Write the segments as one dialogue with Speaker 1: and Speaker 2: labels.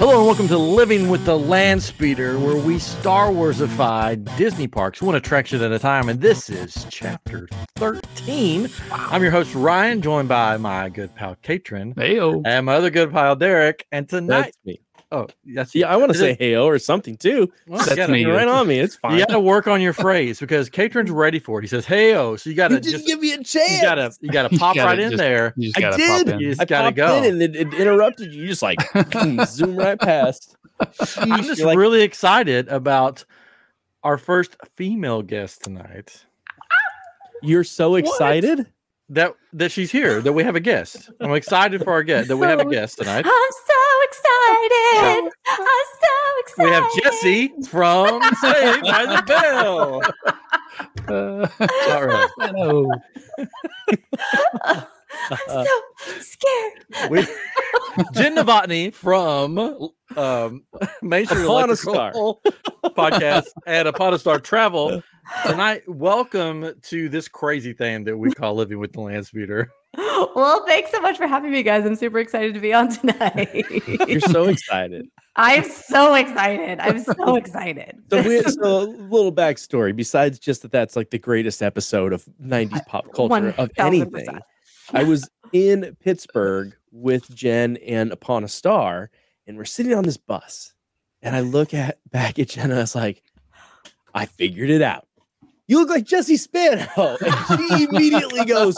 Speaker 1: Hello and welcome to Living with the Land Speeder, where we Star Warsify Disney parks one attraction at a time, and this is chapter thirteen. I'm your host Ryan, joined by my good pal Katrin
Speaker 2: Heyo.
Speaker 1: and my other good pal Derek. And tonight,
Speaker 3: That's me.
Speaker 1: oh that's
Speaker 3: Yeah, I want to
Speaker 1: Is
Speaker 3: say
Speaker 1: it-
Speaker 3: hey oh or something too.
Speaker 1: well, you
Speaker 3: That's
Speaker 1: gotta-
Speaker 3: me. Right on me. It's fine.
Speaker 1: You got to work on your phrase because Katrin's ready for it. He says, "Hey oh," so you got to just you
Speaker 3: me a chance.
Speaker 1: got to you got to
Speaker 2: You
Speaker 1: pop
Speaker 2: gotta
Speaker 1: right in
Speaker 2: just-
Speaker 1: there.
Speaker 2: You just
Speaker 3: I
Speaker 2: gotta
Speaker 3: did.
Speaker 2: pop in.
Speaker 1: You just
Speaker 3: I
Speaker 1: got to
Speaker 3: popped
Speaker 1: go.
Speaker 3: in and it, it interrupted you. You Just like boom, zoom right past.
Speaker 1: I'm
Speaker 3: Sheesh,
Speaker 1: just
Speaker 3: you're like,
Speaker 1: really excited about our first female guest tonight.
Speaker 3: you're so excited.
Speaker 1: That that she's here. That we have a guest. I'm excited for our guest. That we have a guest tonight.
Speaker 4: I'm so excited. I'm so
Speaker 1: We
Speaker 4: excited.
Speaker 1: have Jesse from Saved by the Bell.
Speaker 2: Uh,
Speaker 1: All right.
Speaker 2: hello.
Speaker 4: I'm so scared.
Speaker 1: We, Jen Novotny from um, Major
Speaker 3: Upon a
Speaker 1: Electrical podcast and Upon a Star Travel. Tonight, welcome to this crazy thing that we call living with the land speeder.
Speaker 4: Well, thanks so much for having me, guys. I'm super excited to be on tonight.
Speaker 3: You're so excited.
Speaker 4: I'm so excited. I'm so excited.
Speaker 3: So, we, so a little backstory. Besides just that, that's like the greatest episode of '90s pop culture of
Speaker 4: 1000%.
Speaker 3: anything. I was in Pittsburgh with Jen and Upon a Star, and we're sitting on this bus. And I look at back at Jen, and I was like, I figured it out. You look like Jesse Spano. And she immediately goes,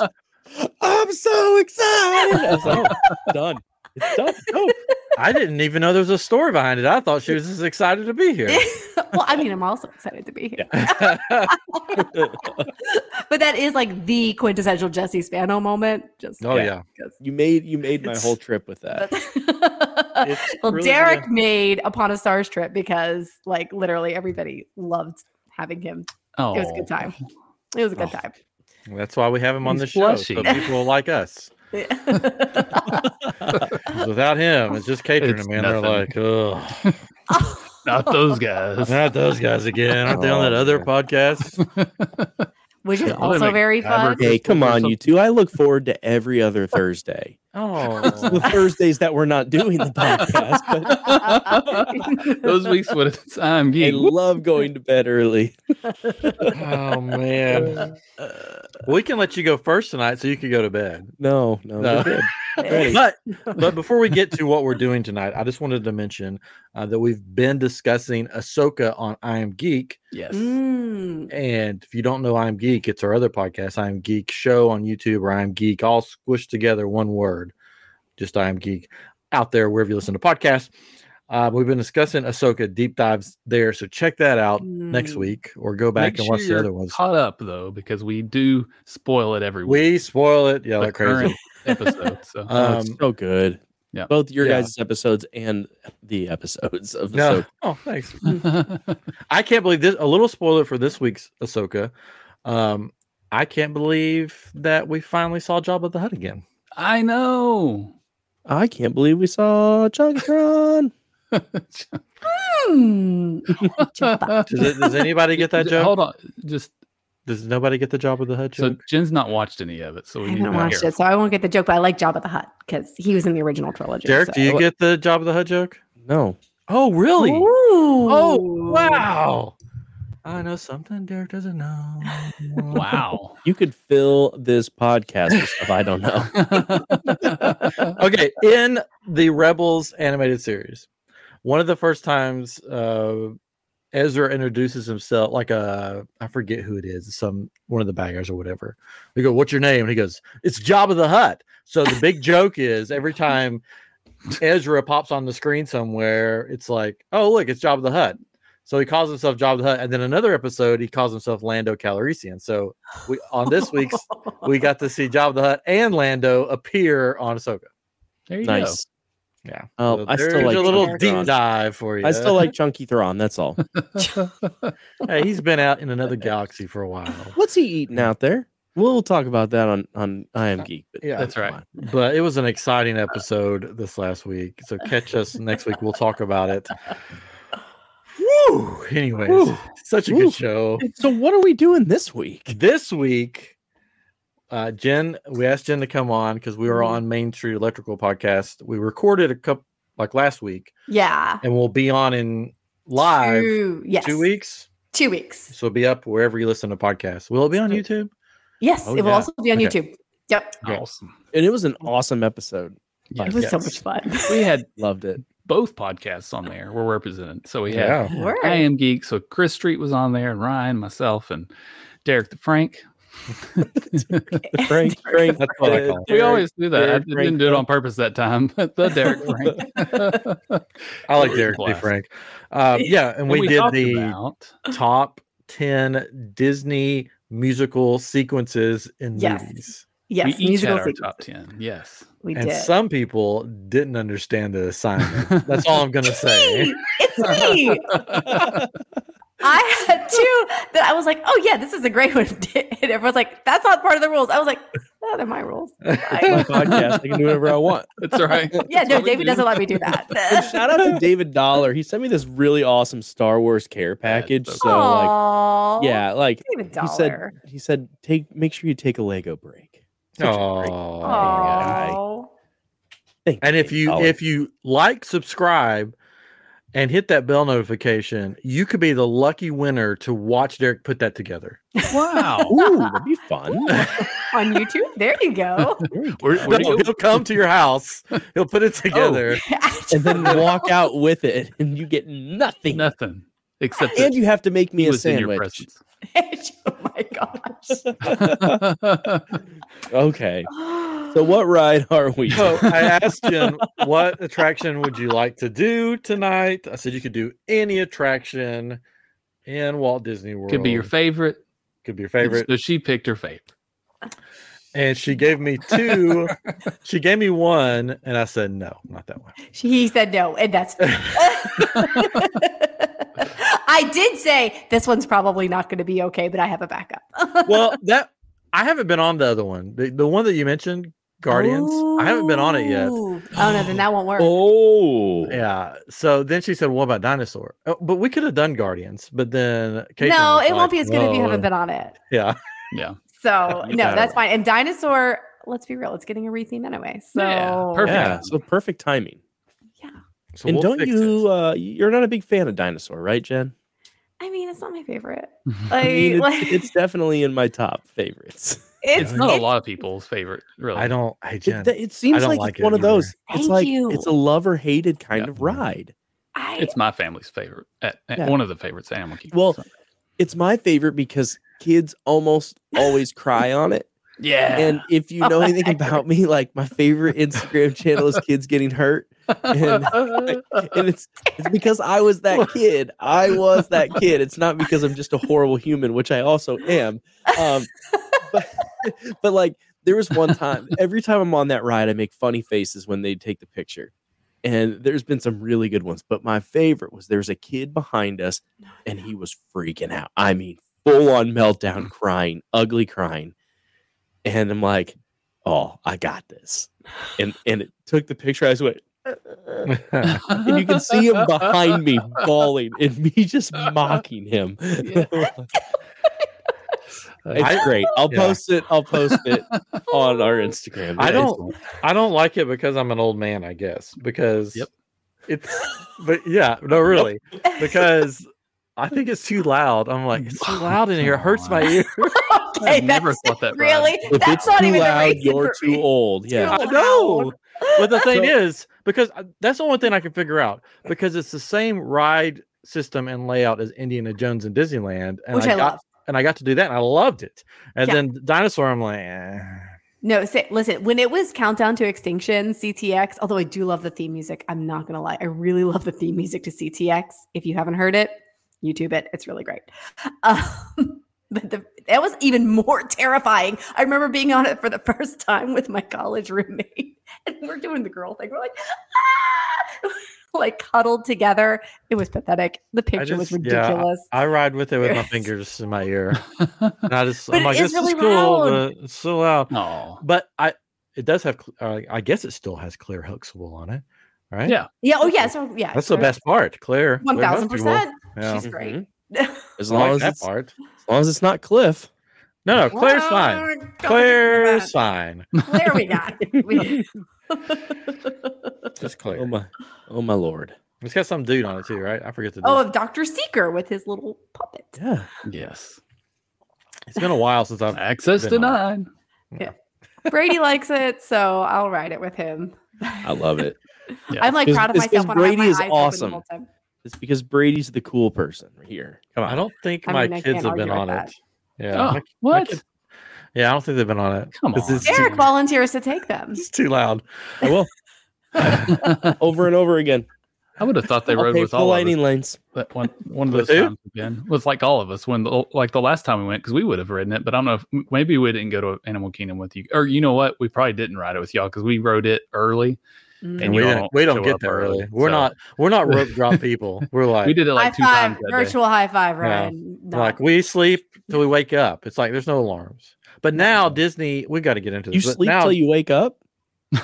Speaker 3: I'm so excited. I was like, "Oh, done. It's done. Oh, No,
Speaker 1: I didn't even know there was a story behind it. I thought she was just excited to be here.
Speaker 4: well, I mean, I'm also excited to be here. But that is like the quintessential Jesse Spano moment. Just
Speaker 1: Oh
Speaker 3: Yeah.
Speaker 1: yeah.
Speaker 4: because.
Speaker 3: you made you made my
Speaker 1: It's-
Speaker 3: whole trip with that.
Speaker 1: It's
Speaker 4: well,
Speaker 1: really
Speaker 4: Derek
Speaker 1: gonna-
Speaker 4: made upon a stars trip because like literally everybody loved having him.
Speaker 2: Oh,
Speaker 4: It was a good time. It was a good
Speaker 3: Oh.
Speaker 4: time.
Speaker 1: That's why we have him on
Speaker 2: He's
Speaker 1: the show. So
Speaker 2: blushy.
Speaker 1: people like us. Without him, it's just catering
Speaker 2: It's
Speaker 1: them, man. They're like,
Speaker 2: nothing.
Speaker 1: oh,
Speaker 2: Not those guys.
Speaker 1: not those guys again. Aren't they on that other
Speaker 3: Oh,
Speaker 1: podcast?
Speaker 4: which is
Speaker 2: Yeah, they
Speaker 4: also
Speaker 2: make
Speaker 4: very fun.
Speaker 2: fabric-
Speaker 3: Hey, come on, you two. I look forward to every other Thursday. The
Speaker 1: Oh,
Speaker 3: Thursdays that we're not doing the podcast, but
Speaker 2: those weeks would have time.
Speaker 3: I
Speaker 2: Gee,
Speaker 3: love going to bed early.
Speaker 1: oh man. We can let you go first tonight, so you can go to bed.
Speaker 3: No, no,
Speaker 1: No.
Speaker 3: we're good. Ready.
Speaker 1: But but before we get to what we're doing tonight, I just wanted to mention uh, that we've been discussing Ahsoka on I Am Geek,
Speaker 2: yes.
Speaker 3: um,
Speaker 4: Mm.
Speaker 1: And if you don't know I'm Geek, it's our other podcast, I'm Geek Show on YouTube, or I'm Geek, all squished together, one word. Just I'm Geek out there, wherever you listen to podcasts. Uh, we've been discussing Ahsoka deep dives there. So check that out next
Speaker 4: Mm.
Speaker 1: week or go back
Speaker 2: Make
Speaker 1: and
Speaker 2: sure
Speaker 1: watch the other
Speaker 2: you're
Speaker 1: ones.
Speaker 2: Caught up though, because we do spoil it every week.
Speaker 1: We spoil it. Yeah,
Speaker 2: the uh,
Speaker 1: like crazy.
Speaker 2: episode. So
Speaker 3: Oh,
Speaker 1: Um,
Speaker 3: it's so good.
Speaker 2: Yeah.
Speaker 3: Both your
Speaker 1: Yeah.
Speaker 3: guys' episodes and the episodes of the
Speaker 1: No.
Speaker 3: soap.
Speaker 1: Oh, thanks. I can't believe this. A little spoiler for this week's Ahsoka. Um, I can't believe that we finally saw Jabba the Hutt again.
Speaker 2: I know.
Speaker 3: I can't believe we saw Chunkatron.
Speaker 4: Mm. Jabba.
Speaker 1: Does, it, does anybody get that joke?
Speaker 2: Hold on. Just
Speaker 1: Does nobody get the Jabba the Hutt joke?
Speaker 2: so Jen's not watched any of it, so
Speaker 4: I
Speaker 2: we need to
Speaker 4: haven't
Speaker 2: be
Speaker 4: watched it,
Speaker 2: careful.
Speaker 4: so I won't get the joke. But I like Jabba the Hutt because he was in the original trilogy.
Speaker 1: Derek,
Speaker 4: so.
Speaker 1: do you get the Job of the Hutt joke?
Speaker 3: no.
Speaker 1: Oh, really?
Speaker 4: Oh
Speaker 1: wow. I know something Derek doesn't know.
Speaker 2: Wow.
Speaker 3: You could fill this podcast with stuff I don't know.
Speaker 1: okay, in the Rebels animated series, one of the first times uh, Ezra introduces himself, like a I forget who it is, some one of the baggers or whatever. They go, "What's your name?" And he goes, "It's Jabba the Hutt." So the big joke is every time Ezra pops on the screen somewhere, it's like, "Oh, look, it's Jabba the Hutt." So he calls himself Jabba the Hutt, and then another episode he calls himself Lando Calrissian. So we on this week's we got to see Jabba the Hutt and Lando appear on Ahsoka.
Speaker 2: There you go.
Speaker 3: nice.
Speaker 1: Yeah.
Speaker 3: Oh,
Speaker 1: So
Speaker 3: I still
Speaker 1: there's
Speaker 3: like
Speaker 1: a little
Speaker 3: Chunky
Speaker 1: deep
Speaker 3: Thrawn.
Speaker 1: dive for you.
Speaker 3: I still like Chunky Thrawn. That's all.
Speaker 1: Hey, he's been out in another galaxy for a while,
Speaker 3: What's he eating out there? We'll talk about that on on I Am Geek. But
Speaker 1: Yeah.
Speaker 2: That's
Speaker 3: come
Speaker 2: right.
Speaker 3: on.
Speaker 1: but it was an exciting episode this last week. So catch us next week. We'll talk about it. Woo! Anyways,
Speaker 3: Woo.
Speaker 1: such a
Speaker 3: Woo.
Speaker 1: good show.
Speaker 3: So what are we doing this week?
Speaker 1: This week, uh,
Speaker 3: Mm-hmm.
Speaker 1: Jen, we asked Jen to come on because we were on Main Street Electrical podcast. We recorded a couple like last week,
Speaker 4: Yeah.
Speaker 1: and we'll be on in live
Speaker 4: Two, yes.
Speaker 1: two weeks.
Speaker 4: Two weeks.
Speaker 1: So it'll be up wherever you listen to podcasts. Will it be on YouTube?
Speaker 4: Yes.
Speaker 2: Oh,
Speaker 4: it will
Speaker 2: yeah.
Speaker 4: also be on
Speaker 1: Okay.
Speaker 4: YouTube. Yep.
Speaker 1: Okay.
Speaker 2: Awesome.
Speaker 3: And it was an awesome episode.
Speaker 4: It was so
Speaker 1: Yes.
Speaker 4: much fun.
Speaker 2: We had
Speaker 3: Loved it.
Speaker 2: both podcasts on there. We're represented. So we had
Speaker 4: Word.
Speaker 2: I am geek. So Chris Street was on there, and Ryan, myself, and Derek the Frank.
Speaker 3: Frank, Frank, that's what I call.
Speaker 2: we always do that. I
Speaker 1: Derek
Speaker 2: didn't
Speaker 1: Frank,
Speaker 2: do it
Speaker 1: though.
Speaker 2: on purpose that time. the Derek Frank.
Speaker 1: I like
Speaker 2: Great
Speaker 1: Derek D.
Speaker 2: class.
Speaker 1: Frank. Uh, yeah, and we, did
Speaker 2: talked
Speaker 1: the
Speaker 2: about-
Speaker 1: top ten Disney musical sequences in
Speaker 4: Yes.
Speaker 1: movies.
Speaker 4: yes.
Speaker 2: we each had
Speaker 4: Musical
Speaker 2: our
Speaker 4: sequence.
Speaker 2: top ten. Yes.
Speaker 4: We
Speaker 1: and
Speaker 4: did.
Speaker 1: some people didn't understand the assignment. That's all I'm gonna say.
Speaker 4: Me! It's me. I had two that I was like, oh yeah, this is a great one. And everyone's like, that's not part of the rules. I was like, that are my rules.
Speaker 3: My
Speaker 4: I-
Speaker 3: podcast. I can do whatever I want.
Speaker 2: That's right.
Speaker 4: yeah,
Speaker 2: That's
Speaker 4: no,
Speaker 2: what we
Speaker 4: David
Speaker 2: do.
Speaker 4: doesn't let me do
Speaker 3: And
Speaker 4: that.
Speaker 3: shout out to David Dollar. He sent me this really awesome Star Wars care package.
Speaker 2: so
Speaker 3: So like,
Speaker 4: Aww.
Speaker 3: yeah, like
Speaker 4: David
Speaker 3: he said,
Speaker 4: Dollar.
Speaker 3: he said, take make sure you take a Lego break. Such a great
Speaker 2: "Oh,
Speaker 1: Aw.
Speaker 3: guy.
Speaker 4: Aww.
Speaker 3: Thank
Speaker 1: And if you
Speaker 3: Dollar.
Speaker 1: if you like, subscribe, and hit that bell notification, you could be the lucky winner to watch Derek put that together.
Speaker 2: Wow.
Speaker 3: Ooh, that'd be fun.
Speaker 4: On YouTube, there you go.
Speaker 3: There we
Speaker 2: We're-
Speaker 3: go.
Speaker 2: we're-
Speaker 1: No, he'll come to your house. He'll put it together.
Speaker 3: and then walk out with it, and you get nothing.
Speaker 2: Nothing except that
Speaker 3: And you have to make me
Speaker 2: he
Speaker 3: a
Speaker 2: was in your
Speaker 3: sandwich.
Speaker 2: presence.
Speaker 4: oh my gosh.
Speaker 3: okay. So what ride are we?
Speaker 1: So I asked Jen, what attraction would you like to do tonight? I said you could do any attraction in Walt Disney World.
Speaker 2: Could be your favorite.
Speaker 1: could be your favorite.
Speaker 2: So she picked her favorite.
Speaker 1: And she gave me two. she gave me one, and I said no, not that one.
Speaker 4: He said no, and that's. I did say this one's probably not going to be okay, but I have a backup.
Speaker 1: Well, that I haven't been on the other one. The, the one that you mentioned, Guardians. I haven't been on it yet.
Speaker 4: Ooh. Oh no, then that won't work.
Speaker 3: Oh,
Speaker 1: Yeah. So then she said, "What about dinosaur?" Oh, but we could have done Guardians, but then Caitlin
Speaker 4: no,
Speaker 1: was
Speaker 4: it won't be
Speaker 1: like,
Speaker 4: as good if you
Speaker 1: "Whoa."
Speaker 4: haven't been on it.
Speaker 1: Yeah.
Speaker 4: So
Speaker 3: You
Speaker 4: no,
Speaker 3: gotta
Speaker 4: that's
Speaker 3: work.
Speaker 4: fine. And dinosaur, let's be real, it's getting a retheme anyway. So
Speaker 2: Yeah, perfect.
Speaker 3: yeah. So perfect timing.
Speaker 1: So
Speaker 3: and
Speaker 1: we'll
Speaker 3: don't
Speaker 1: fix
Speaker 3: you?
Speaker 1: it.
Speaker 3: Uh, you're not a big fan of dinosaur, right, Jen?
Speaker 4: I mean, it's not my favorite.
Speaker 3: I
Speaker 4: Like,
Speaker 3: mean,
Speaker 4: like,
Speaker 3: it's, it's definitely in my top favorites.
Speaker 4: it's,
Speaker 2: It's not a
Speaker 4: it's-
Speaker 2: lot of people's favorite, really.
Speaker 1: I don't. I
Speaker 3: It,
Speaker 1: Jen.
Speaker 3: th- it seems
Speaker 1: don't
Speaker 3: like,
Speaker 1: like
Speaker 3: it's
Speaker 1: it
Speaker 3: one of
Speaker 1: either.
Speaker 3: those.
Speaker 4: Thank
Speaker 3: it's like
Speaker 4: you.
Speaker 3: it's a love or hated kind
Speaker 2: Yeah.
Speaker 3: of ride.
Speaker 4: I,
Speaker 2: It's my family's favorite. At, at
Speaker 3: Yeah.
Speaker 2: One of the favorites, Animal Kingdom.
Speaker 3: Well,
Speaker 2: so.
Speaker 3: It's my favorite because kids almost always cry on it.
Speaker 2: yeah.
Speaker 3: And if you know
Speaker 4: Oh,
Speaker 3: anything
Speaker 4: I
Speaker 3: about me, like my favorite Instagram channel is kids getting hurt, and- and it's it's because I was that kid. I was that kid. It's not because I'm just a horrible human, which I also am. Um, but, but like there was one time, every time I'm on that ride, I make funny faces when they take the picture. And there's been some really good ones, but my favorite was there was a kid behind us, and he was freaking out. I mean, full on meltdown, crying, ugly crying. And I'm like, "Oh, I got this." And and it took the picture. I just went, and you can see him behind me bawling and me just mocking him.
Speaker 2: Yeah.
Speaker 3: It's
Speaker 1: I-
Speaker 3: great. I'll
Speaker 1: Yeah.
Speaker 3: post it. I'll post it on our Instagram.
Speaker 1: I
Speaker 3: Yeah, it's-
Speaker 1: don't. I don't like it because I'm an old man. I guess because
Speaker 2: Yep.
Speaker 1: it's. But yeah, no, really, because I think it's too loud. I'm like, it's too
Speaker 2: Oh,
Speaker 1: loud in here. It hurts my ear.
Speaker 4: okay,
Speaker 2: I've never
Speaker 4: that's-
Speaker 2: thought that. Brian.
Speaker 4: really.
Speaker 3: If
Speaker 4: that's
Speaker 3: it's
Speaker 4: not
Speaker 3: too
Speaker 4: even the
Speaker 3: loud,
Speaker 4: reason
Speaker 3: you're
Speaker 4: for
Speaker 3: too
Speaker 4: me.
Speaker 3: old. Yeah.
Speaker 1: I know. But the thing
Speaker 3: So-
Speaker 1: is, because I- that's the only thing I can figure out, because it's the same ride system and layout as Indiana Jones and Disneyland, and
Speaker 4: Which I,
Speaker 1: got
Speaker 4: love.
Speaker 1: and I got to do that, and I loved it. And
Speaker 4: Yeah.
Speaker 1: then dinosaur, I'm like, eh.
Speaker 4: No, say, listen, when it was Countdown to Extinction, CTX, although I do love the theme music, I'm not going to lie. I really love the theme music to CTX. If you haven't heard it, YouTube it. It's really great. Um, but the, that was even more terrifying. I remember being on it for the first time with my college roommate, and we're doing the girl thing. We're like, ah! like cuddled together. It was pathetic. The picture was
Speaker 1: just- yeah,
Speaker 4: ridiculous.
Speaker 1: I ride with it with my
Speaker 4: Yes.
Speaker 1: fingers in my ear. And I just,
Speaker 4: But
Speaker 1: I'm
Speaker 4: it
Speaker 1: like, this
Speaker 4: is
Speaker 1: is
Speaker 4: really
Speaker 1: cool,
Speaker 4: loud.
Speaker 1: but it's so loud.
Speaker 2: Oh,
Speaker 1: But I, it does have, cl- uh, I guess it still has Claire Huxtable on it, right?
Speaker 2: Yeah.
Speaker 4: yeah. Oh, yeah. So, yeah.
Speaker 1: that's the
Speaker 4: Claire-
Speaker 1: best part, Claire. Claire
Speaker 4: 1000%.
Speaker 1: Huxtable. Yeah. Mm-hmm.
Speaker 4: She's great.
Speaker 3: Mhm. As
Speaker 1: I
Speaker 3: long
Speaker 1: like
Speaker 3: as
Speaker 1: that
Speaker 3: it's,
Speaker 1: part.
Speaker 3: as long as it's not Cliff.
Speaker 1: No, no, Oh, Claire's fine. Claire's fine.
Speaker 4: Claire, we got. We-
Speaker 1: Just
Speaker 3: Oh
Speaker 1: Claire.
Speaker 3: my, oh my lord.
Speaker 1: It's got some dude on it too, right? I forget the. Dude.
Speaker 4: oh, of Doctor Seeker with his little puppet.
Speaker 3: Yeah.
Speaker 2: Yes.
Speaker 1: it's been a while since I've.
Speaker 2: Access
Speaker 1: Been
Speaker 2: denied.
Speaker 4: Brady likes it, so I'll ride it with him.
Speaker 3: I love it.
Speaker 2: Yeah.
Speaker 4: I'm like
Speaker 3: Because-
Speaker 4: proud of
Speaker 3: it's-
Speaker 4: myself
Speaker 3: because
Speaker 4: when I have
Speaker 3: Brady
Speaker 4: my
Speaker 3: is
Speaker 4: eyes awesome.
Speaker 3: awesome.
Speaker 4: open the whole time.
Speaker 3: It's because Brady's the cool person here. Come
Speaker 1: I
Speaker 3: on.
Speaker 1: don't think
Speaker 4: I
Speaker 1: my
Speaker 4: mean, I
Speaker 1: kids
Speaker 4: can't
Speaker 1: have been
Speaker 4: argue
Speaker 1: on
Speaker 4: with
Speaker 1: it. Yeah,
Speaker 2: Oh,
Speaker 1: my-
Speaker 2: what?
Speaker 1: kid- yeah, I don't think they've been on it.
Speaker 2: Come
Speaker 1: This
Speaker 2: on.
Speaker 1: is too-
Speaker 4: Derek volunteers to take them.
Speaker 1: It's too loud.
Speaker 3: I will
Speaker 2: I
Speaker 3: over and over again.
Speaker 2: would have thought they
Speaker 3: I'll
Speaker 2: rode
Speaker 3: pay
Speaker 2: with
Speaker 3: for the
Speaker 2: all of us.
Speaker 3: lightning lanes.
Speaker 2: But one one of
Speaker 1: With
Speaker 2: those
Speaker 1: who?
Speaker 2: times again was like all of us when the like the last time we went because we would have ridden it, but I don't know if m- maybe we didn't go to Animal Kingdom with you or you know what we probably didn't ride it with y'all because we rode it early.
Speaker 4: Mm.
Speaker 1: And
Speaker 2: And
Speaker 1: we
Speaker 2: y'all
Speaker 1: don't,
Speaker 2: don't
Speaker 1: we don't
Speaker 2: show
Speaker 1: get
Speaker 2: up
Speaker 1: there
Speaker 2: early,
Speaker 1: early. We're
Speaker 2: so-
Speaker 1: not we're not rope drop people. We're like
Speaker 2: we did it
Speaker 4: high
Speaker 2: like two
Speaker 4: five,
Speaker 2: times that day.
Speaker 4: virtual high five,
Speaker 1: Yeah.
Speaker 4: Ryan.
Speaker 1: we're like we sleep till we wake up. It's like there's no alarms. But now Disney, we've got to get into
Speaker 3: You
Speaker 1: this. but
Speaker 3: sleep
Speaker 1: now,
Speaker 3: till you wake up.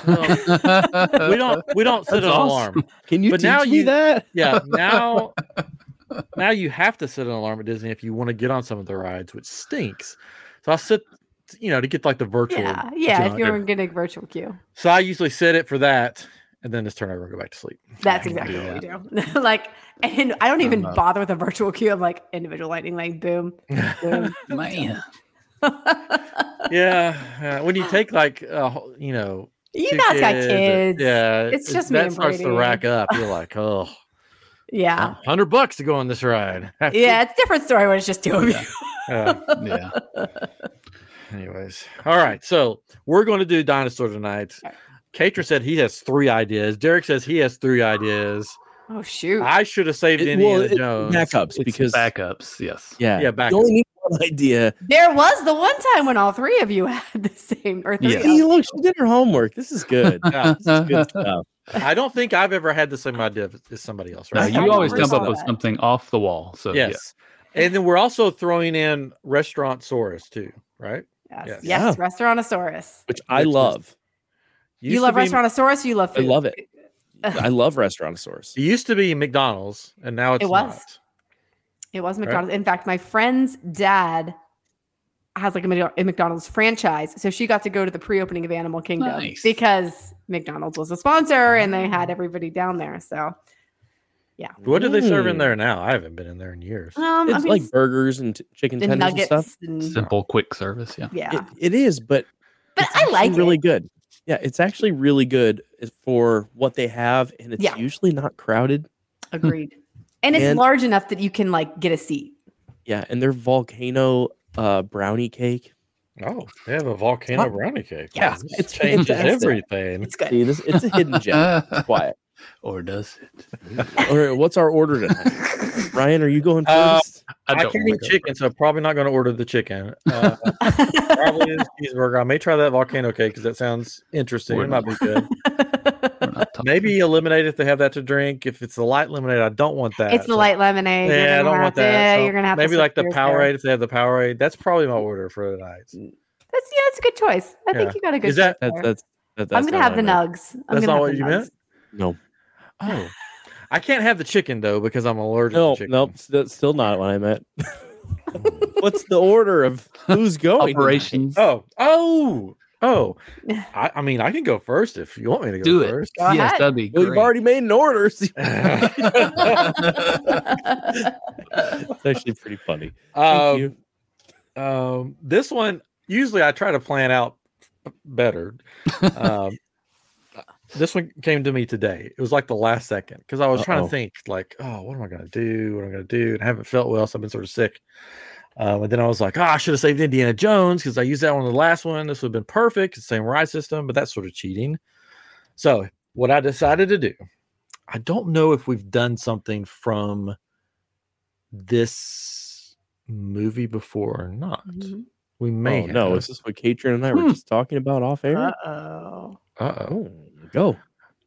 Speaker 1: we don't we don't set
Speaker 2: That's
Speaker 1: an
Speaker 2: awesome.
Speaker 1: alarm.
Speaker 3: Can you
Speaker 1: But
Speaker 3: teach
Speaker 1: now
Speaker 3: me
Speaker 1: you-
Speaker 3: that?
Speaker 1: Yeah, now now you have to set an alarm at Disney if you want to get on some of the rides, which stinks. So I sit, you know, to get like the virtual.
Speaker 4: yeah, yeah. If
Speaker 1: jog.
Speaker 4: you're getting virtual queue,
Speaker 1: So I usually set it for that, and then just turn over and go back to sleep.
Speaker 4: that's
Speaker 2: I can
Speaker 4: exactly
Speaker 2: do
Speaker 4: what we do. like, and I don't
Speaker 2: I'm
Speaker 4: even
Speaker 2: not-
Speaker 4: bother with a virtual queue. I'm like individual lightning lane, boom, boom.
Speaker 2: Man,
Speaker 1: yeah, uh, when you take like uh, ho- you know,
Speaker 4: you
Speaker 1: two
Speaker 4: guys got
Speaker 1: or-
Speaker 4: kids.
Speaker 1: yeah,
Speaker 4: It's
Speaker 1: it-
Speaker 4: just me
Speaker 1: that
Speaker 4: and
Speaker 1: starts to
Speaker 4: Brady.
Speaker 1: rack up. You're like, oh,
Speaker 4: yeah,
Speaker 1: hundred bucks to go on this ride.
Speaker 4: yeah. It's a different story when it's just two of you.
Speaker 1: Uh,
Speaker 2: yeah,
Speaker 1: Anyways, all right. So we're going to do dinosaur tonight.
Speaker 4: Okay.
Speaker 1: Kater said he has three ideas. Derek says he has three ideas.
Speaker 4: Oh shoot!
Speaker 1: I should have saved
Speaker 3: It-
Speaker 1: Indiana
Speaker 3: well, it-
Speaker 1: Jones.
Speaker 3: backups
Speaker 2: it's
Speaker 3: because
Speaker 2: backups. Yes,
Speaker 3: yeah,
Speaker 1: Yeah, back.
Speaker 3: You only need one idea.
Speaker 4: There was the one time when all three of you had the same or three.
Speaker 2: Yeah.
Speaker 4: of
Speaker 3: See,
Speaker 4: you.
Speaker 3: look, she did her homework. This is good.
Speaker 1: Yeah.
Speaker 3: This is good stuff.
Speaker 1: I don't think I've ever had the same idea as- as somebody else.
Speaker 2: No,
Speaker 1: Right?
Speaker 4: I
Speaker 2: you always
Speaker 4: never
Speaker 2: jump
Speaker 4: saw
Speaker 2: up with
Speaker 4: that.
Speaker 2: something off the wall. So yeah.
Speaker 1: yes. And then we're also throwing in restaurant Saurus too, right?
Speaker 4: Yes,
Speaker 1: Yes.
Speaker 4: yes.
Speaker 3: Yeah.
Speaker 4: Restaurantosaurus.
Speaker 3: Which I
Speaker 1: Which is-
Speaker 3: love.
Speaker 4: You,
Speaker 1: Used to
Speaker 4: love
Speaker 1: be-
Speaker 4: Restaurantosaurus. You love
Speaker 3: I
Speaker 4: food.
Speaker 3: love it. I love Restaurantosaurus.
Speaker 1: It used to be McDonald's, and now it's
Speaker 4: was.
Speaker 1: not.
Speaker 4: It was McDonald's. In fact, my friend's dad has like a Mc- a McDonald's franchise, so she got to go to the pre-opening of Animal Kingdom
Speaker 2: Nice.
Speaker 4: because McDonald's was a sponsor and they had everybody down there. So,
Speaker 1: What do they serve in
Speaker 3: Mm.
Speaker 1: there now? I haven't been in there in years.
Speaker 4: um,
Speaker 3: It's
Speaker 4: I mean,
Speaker 3: like burgers and t- chicken
Speaker 4: and
Speaker 3: tenders and
Speaker 4: nuggets
Speaker 3: stuff.
Speaker 4: and-
Speaker 2: simple, quick service. Yeah,
Speaker 4: yeah.
Speaker 3: It, it is, but
Speaker 4: but
Speaker 3: it's
Speaker 4: I
Speaker 3: actually
Speaker 4: like
Speaker 3: really
Speaker 4: it.
Speaker 3: good. Yeah, it's actually really good is- for what they have, and it's
Speaker 4: Yeah.
Speaker 3: usually not crowded.
Speaker 4: Agreed. And it's
Speaker 3: And-
Speaker 4: large enough that you can like get a seat.
Speaker 3: Yeah, and their volcano uh, brownie cake.
Speaker 4: Uh-huh.
Speaker 1: Oh, they have a volcano brownie cake.
Speaker 4: Yeah,
Speaker 1: This
Speaker 3: it's
Speaker 1: changes
Speaker 3: fantastic.
Speaker 1: everything.
Speaker 4: It's good.
Speaker 3: See, this it's a hidden gem. Quiet.
Speaker 2: or does it?
Speaker 3: Or what's our order tonight? Ryan, are you going
Speaker 1: Uh,
Speaker 3: first?
Speaker 1: I,
Speaker 2: don't
Speaker 1: can't
Speaker 2: wanna
Speaker 1: eat
Speaker 2: go
Speaker 1: chicken, so probably not going to order the chicken. Uh, probably this cheeseburger. I may try that volcano cake because that sounds interesting.
Speaker 2: We're
Speaker 1: it might be good.
Speaker 2: first. We're not talking-
Speaker 1: Maybe eliminate if they have that to drink. If it's the light lemonade, I don't want that.
Speaker 4: it's the
Speaker 1: So-
Speaker 4: light lemonade. You're
Speaker 1: Yeah, I
Speaker 4: gonna
Speaker 1: don't
Speaker 4: have
Speaker 1: want
Speaker 4: to-
Speaker 1: that. So
Speaker 4: you're gonna have to
Speaker 1: maybe like the
Speaker 4: switch yours there.
Speaker 1: Powerade if they have the Powerade. That's probably my order for tonight.
Speaker 4: That's yeah, that's a good choice. I
Speaker 1: Yeah.
Speaker 4: think you got a good.
Speaker 1: Is that-
Speaker 4: choice
Speaker 3: That,
Speaker 4: there.
Speaker 3: that's that, that's
Speaker 4: I'm gonna
Speaker 3: not
Speaker 4: have
Speaker 3: what
Speaker 4: the
Speaker 3: I meant.
Speaker 4: nugs. I'm
Speaker 1: That's
Speaker 4: gonna
Speaker 1: not
Speaker 4: have
Speaker 1: what
Speaker 4: the
Speaker 1: you
Speaker 4: nugs.
Speaker 1: meant?
Speaker 3: No,
Speaker 1: Oh, I can't have the chicken though because I'm allergic
Speaker 3: no,
Speaker 1: to chicken.
Speaker 3: nope. s- That's still not what I meant. What's the order of who's going?
Speaker 2: operations.
Speaker 1: Oh, oh, oh. I, I mean, I can go first if you want me to go
Speaker 2: Do it.
Speaker 1: first.
Speaker 4: Go
Speaker 2: yes,
Speaker 4: ahead.
Speaker 2: that'd be
Speaker 3: We've
Speaker 2: great.
Speaker 3: already made an order. so- it's actually pretty funny. Thank
Speaker 1: Um,
Speaker 3: you.
Speaker 1: Um, this one usually I try to plan out better. Um, this one came to me today. It was like the last second because I was trying
Speaker 3: Uh-oh.
Speaker 1: to think like, oh, what am I gonna do? What am I gonna do? And I haven't felt well, so I've been sort of sick. Um, and then I was like, oh, I should have saved Indiana Jones because I used that one in the last one. This would have been perfect. It's the Same ride system, but that's sort of cheating. So what I decided to do, I don't know if we've done something from this movie before or not.
Speaker 4: Mm-hmm.
Speaker 1: We may.
Speaker 3: Oh no, is this what Katrin and I were
Speaker 2: Hmm.
Speaker 3: just talking about off air?
Speaker 4: Uh oh.
Speaker 1: Uh oh.
Speaker 3: Go.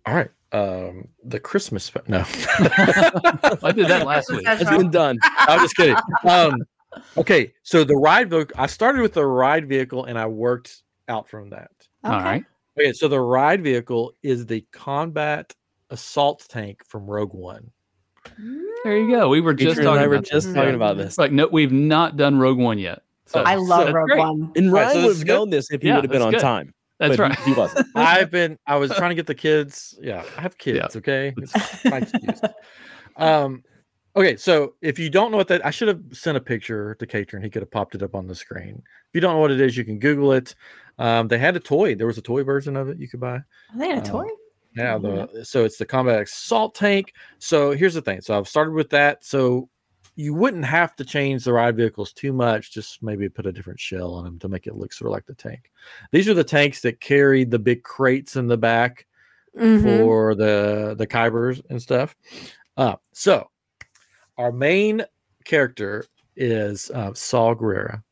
Speaker 1: All right. Um, the Christmas. spe- No,
Speaker 2: I did that last week.
Speaker 4: That's
Speaker 3: It's been done.
Speaker 1: I'm just kidding. Um, okay. So the ride vehicle. I started with the ride vehicle, and I worked out from that.
Speaker 2: All right.
Speaker 1: Okay. So the ride vehicle is the combat assault tank from Rogue One.
Speaker 2: There you go. We were just
Speaker 3: Katrin and
Speaker 2: talking
Speaker 3: I were
Speaker 2: about
Speaker 3: just
Speaker 4: this.
Speaker 3: talking
Speaker 4: Yeah.
Speaker 3: about this.
Speaker 2: like no, we've not done Rogue One yet. So
Speaker 4: Mm. I love
Speaker 2: that's
Speaker 4: Rogue
Speaker 2: great.
Speaker 4: One.
Speaker 3: And
Speaker 1: All right,
Speaker 3: Ryan
Speaker 1: so this
Speaker 3: would
Speaker 1: is
Speaker 3: have
Speaker 1: good.
Speaker 3: known this if he
Speaker 2: Yeah,
Speaker 3: would have been
Speaker 2: that's
Speaker 3: on
Speaker 2: good.
Speaker 3: time.
Speaker 2: That's
Speaker 3: but
Speaker 2: right.
Speaker 3: He, he wasn't.
Speaker 1: I've been. I was trying to get the kids. Yeah, I have kids. Okay, It's my excuse. Um, okay. So if you don't know what that, I should have sent a picture to Katrin. He could have popped it up on the screen. If you don't know what it is, you can Google it. Um, they had a toy. There was a toy version of it you could buy.
Speaker 4: Are they in a
Speaker 1: Uh,
Speaker 4: toy?
Speaker 1: Yeah,
Speaker 4: Mhm.
Speaker 1: the so it's the combat assault tank. So here's the thing. So I've started with that. So you wouldn't have to change the ride vehicles too much. Just maybe put a different shell on them to make it look sort of like the tank. These are the tanks that carried the big crates in the back
Speaker 4: Mhm.
Speaker 1: for the the Kybers and stuff. Uh, so our main character is uh, Saul Guerrera.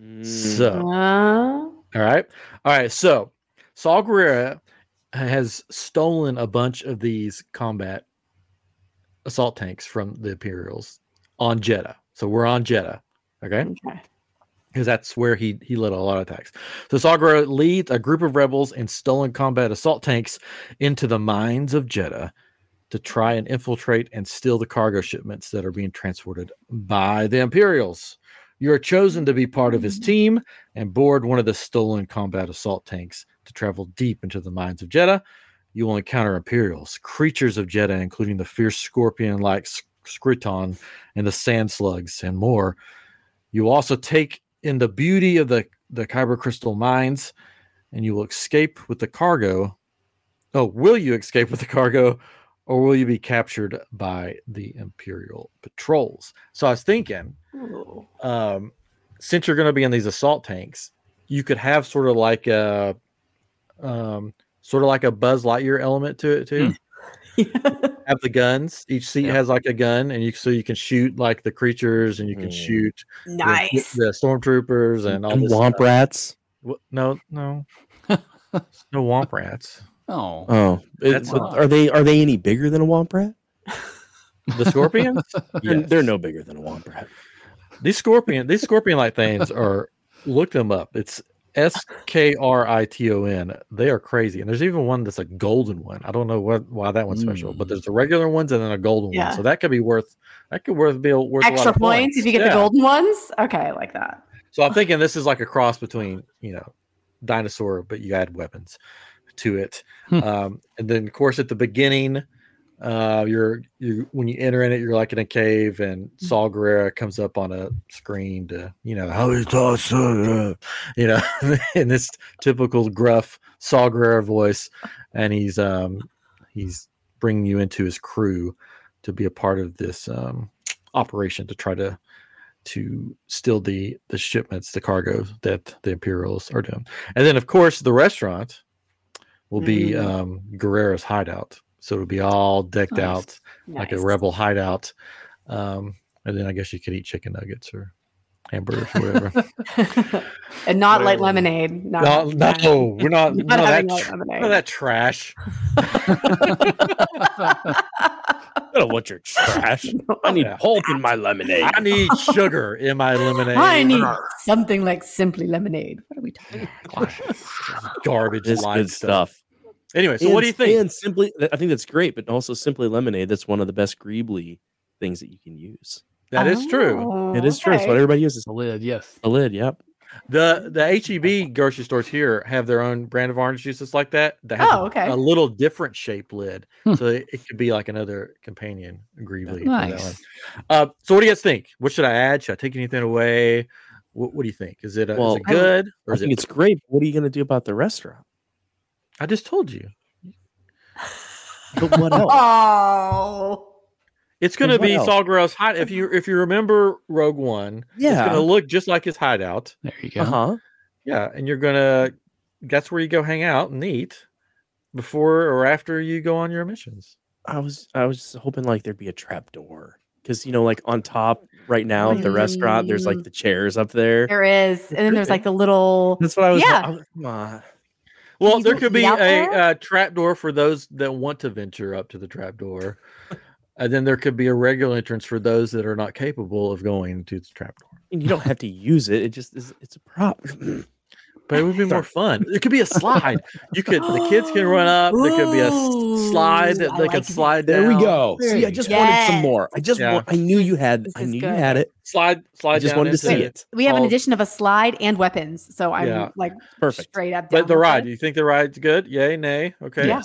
Speaker 3: Mm.
Speaker 1: So
Speaker 4: Uh,
Speaker 1: all right. All right. So Saul Guerrera has stolen a bunch of these combat assault tanks from the Imperials on Jeddah. So we're on Jeddah. Okay.
Speaker 4: Uh, okay.
Speaker 1: Because that's where he he led a lot of attacks. So Saul Guerrera leads a group of rebels and stolen combat assault tanks into the mines of Jeddah to try and infiltrate and steal the cargo shipments that are being transported by the Imperials. You are chosen to be part of his team and board one of the stolen combat assault tanks to travel deep into the mines of Jeddah. You will encounter Imperials, creatures of Jeddah, including the fierce scorpion like Scruton and the sand slugs, and more. You will also take in the beauty of the, the Kyber crystal mines, and you will escape with the cargo. Oh, will you escape with the cargo, or will you be captured by the Imperial patrols? So I was thinking
Speaker 4: Ooh.
Speaker 1: um, since you're going to be in these assault tanks, you could have sort of like a, um, sort of like a Buzz Lightyear element to it too. Have the guns. Each seat
Speaker 2: Yeah.
Speaker 1: has like a gun, and you so you can shoot like the creatures, and you can
Speaker 3: Mm.
Speaker 1: shoot the-
Speaker 4: nice.
Speaker 1: the, stormtroopers and all
Speaker 3: And
Speaker 1: this.
Speaker 3: womp
Speaker 1: stuff.
Speaker 3: rats.
Speaker 1: Wha- No, no, no womp rats.
Speaker 2: Oh,
Speaker 3: Oh,
Speaker 1: That's
Speaker 3: but
Speaker 2: a lot.
Speaker 3: are they are they any bigger than a womp rat?
Speaker 1: The scorpions.
Speaker 3: They're- They're
Speaker 1: Yes.
Speaker 3: no bigger than a womp rat.
Speaker 1: These scorpion, these scorpion like things are look them up. It's S K R I T O N. They are crazy. And there's even one that's a golden one. I don't know what why that one's special, but
Speaker 2: Mm.
Speaker 1: there's the regular ones and then a golden
Speaker 4: Yeah.
Speaker 1: one. So that could be worth that could worth be worth a lot
Speaker 4: Extra
Speaker 1: of
Speaker 4: points if you get
Speaker 1: Yeah.
Speaker 4: the golden ones. Okay, I like that.
Speaker 1: So I'm thinking this is like a cross between, you know, dinosaur, but you add weapons to it.
Speaker 2: Hmm.
Speaker 1: Um, and then of course at the beginning, uh, you're you when you enter in it, you're like in a cave, and Saul Guerrera comes up on a screen to you know how is Saul so, uh," you know in this typical gruff Saul Guerrera voice, and he's um he's bringing you into his crew to be a part of this um operation to try to to steal the the shipments, the cargo that the Imperials are doing. And then, of course, the restaurant will be
Speaker 4: Mm.
Speaker 1: um, Guerrera's hideout. So it'll be all decked
Speaker 2: Nice.
Speaker 1: out like a
Speaker 4: Oh, Nice.
Speaker 1: rebel hideout. Um, and then I guess you could eat chicken nuggets or hamburgers or whatever.
Speaker 4: and not light
Speaker 1: Whatever.
Speaker 4: lemonade. Not,
Speaker 1: no, no, we're not,
Speaker 4: Not
Speaker 1: none of
Speaker 4: having
Speaker 1: that,
Speaker 4: light
Speaker 1: tr-
Speaker 4: lemonade.
Speaker 1: none of that trash.
Speaker 3: I don't want your trash. I need
Speaker 1: Yeah.
Speaker 3: pulp in my lemonade.
Speaker 1: I need sugar in my lemonade.
Speaker 4: I need something like simply lemonade. What are we talking about?
Speaker 1: garbage
Speaker 3: this
Speaker 1: line
Speaker 3: good stuff.
Speaker 1: Anyway, so what do you
Speaker 3: And-
Speaker 1: think?
Speaker 3: And simply, I think that's great, but also simply lemonade. That's one of the best Greebly things that you can use.
Speaker 1: that is true.
Speaker 4: Oh,
Speaker 3: It is true. It's what
Speaker 4: okay.
Speaker 3: everybody uses.
Speaker 2: the lid. Yes.
Speaker 3: The lid. Yep.
Speaker 1: The the HEB grocery stores here have their own brand of orange juice that's like that. That has
Speaker 4: Oh,
Speaker 1: a-
Speaker 4: okay.
Speaker 1: a little different shape lid,
Speaker 2: Hmm.
Speaker 1: so it, it could be like another companion Greeley.
Speaker 2: Nice.
Speaker 1: Uh, so what do you guys think? What should I add? Should I take anything away? What, what do you think? Is it, uh, is
Speaker 3: Well,
Speaker 1: it
Speaker 4: I would-
Speaker 1: good or
Speaker 3: I
Speaker 1: is
Speaker 3: think
Speaker 1: it?
Speaker 3: it's great. but What are you going to do about the restaurant?
Speaker 1: I just told you
Speaker 3: But what else?
Speaker 4: Oh.
Speaker 1: it's going to
Speaker 3: And what
Speaker 1: be
Speaker 3: else?
Speaker 1: Saul Guerrero's hide.
Speaker 4: Mm-hmm.
Speaker 1: If you if you remember Rogue One, it's going to
Speaker 3: yeah.
Speaker 1: look just like his hideout.
Speaker 2: There you go.
Speaker 3: Uh huh.
Speaker 1: Yeah, and you're gonna that's where you go hang out and eat before or after you go on your missions.
Speaker 3: I was I was hoping like there'd be a trap door because you know like on top right now of the restaurant there's like the chairs up there.
Speaker 4: There is. And then there's like the little.
Speaker 3: That's what I was.
Speaker 4: Yeah.
Speaker 3: I was- come on.
Speaker 1: Well,
Speaker 4: you
Speaker 1: there
Speaker 4: don't
Speaker 1: could be
Speaker 4: eat out there?
Speaker 1: a, uh trap door for those that want to venture up to the trap door. and then there could be a regular entrance for those that are not capable of going to the trap door.
Speaker 3: And you don't have to use it. It just is. It's a prop.
Speaker 1: but it would be more fun. It could be a slide. You could the kids can run up. There could be a s- slide that
Speaker 4: Ooh, I
Speaker 1: they
Speaker 4: like
Speaker 1: could
Speaker 4: it.
Speaker 1: slide down.
Speaker 3: There we go.
Speaker 1: There
Speaker 3: See, I
Speaker 1: you
Speaker 3: just
Speaker 4: go.
Speaker 3: wanted some
Speaker 4: Yes.
Speaker 3: more. I just
Speaker 1: Yeah.
Speaker 3: want, I knew you had
Speaker 4: This
Speaker 3: I
Speaker 4: is
Speaker 3: knew
Speaker 4: good.
Speaker 3: you had it.
Speaker 1: Slide slide.
Speaker 3: I just
Speaker 1: down
Speaker 3: wanted to
Speaker 1: into
Speaker 3: see
Speaker 1: it.
Speaker 3: it.
Speaker 4: We have an
Speaker 1: All-
Speaker 4: addition of a slide and weapons. So I'm
Speaker 1: Yeah.
Speaker 4: like
Speaker 3: Perfect.
Speaker 4: straight up. down
Speaker 1: But the
Speaker 4: with
Speaker 1: ride,
Speaker 4: it.
Speaker 1: do you think the ride's good? Yay, nay? Okay.
Speaker 4: Yeah.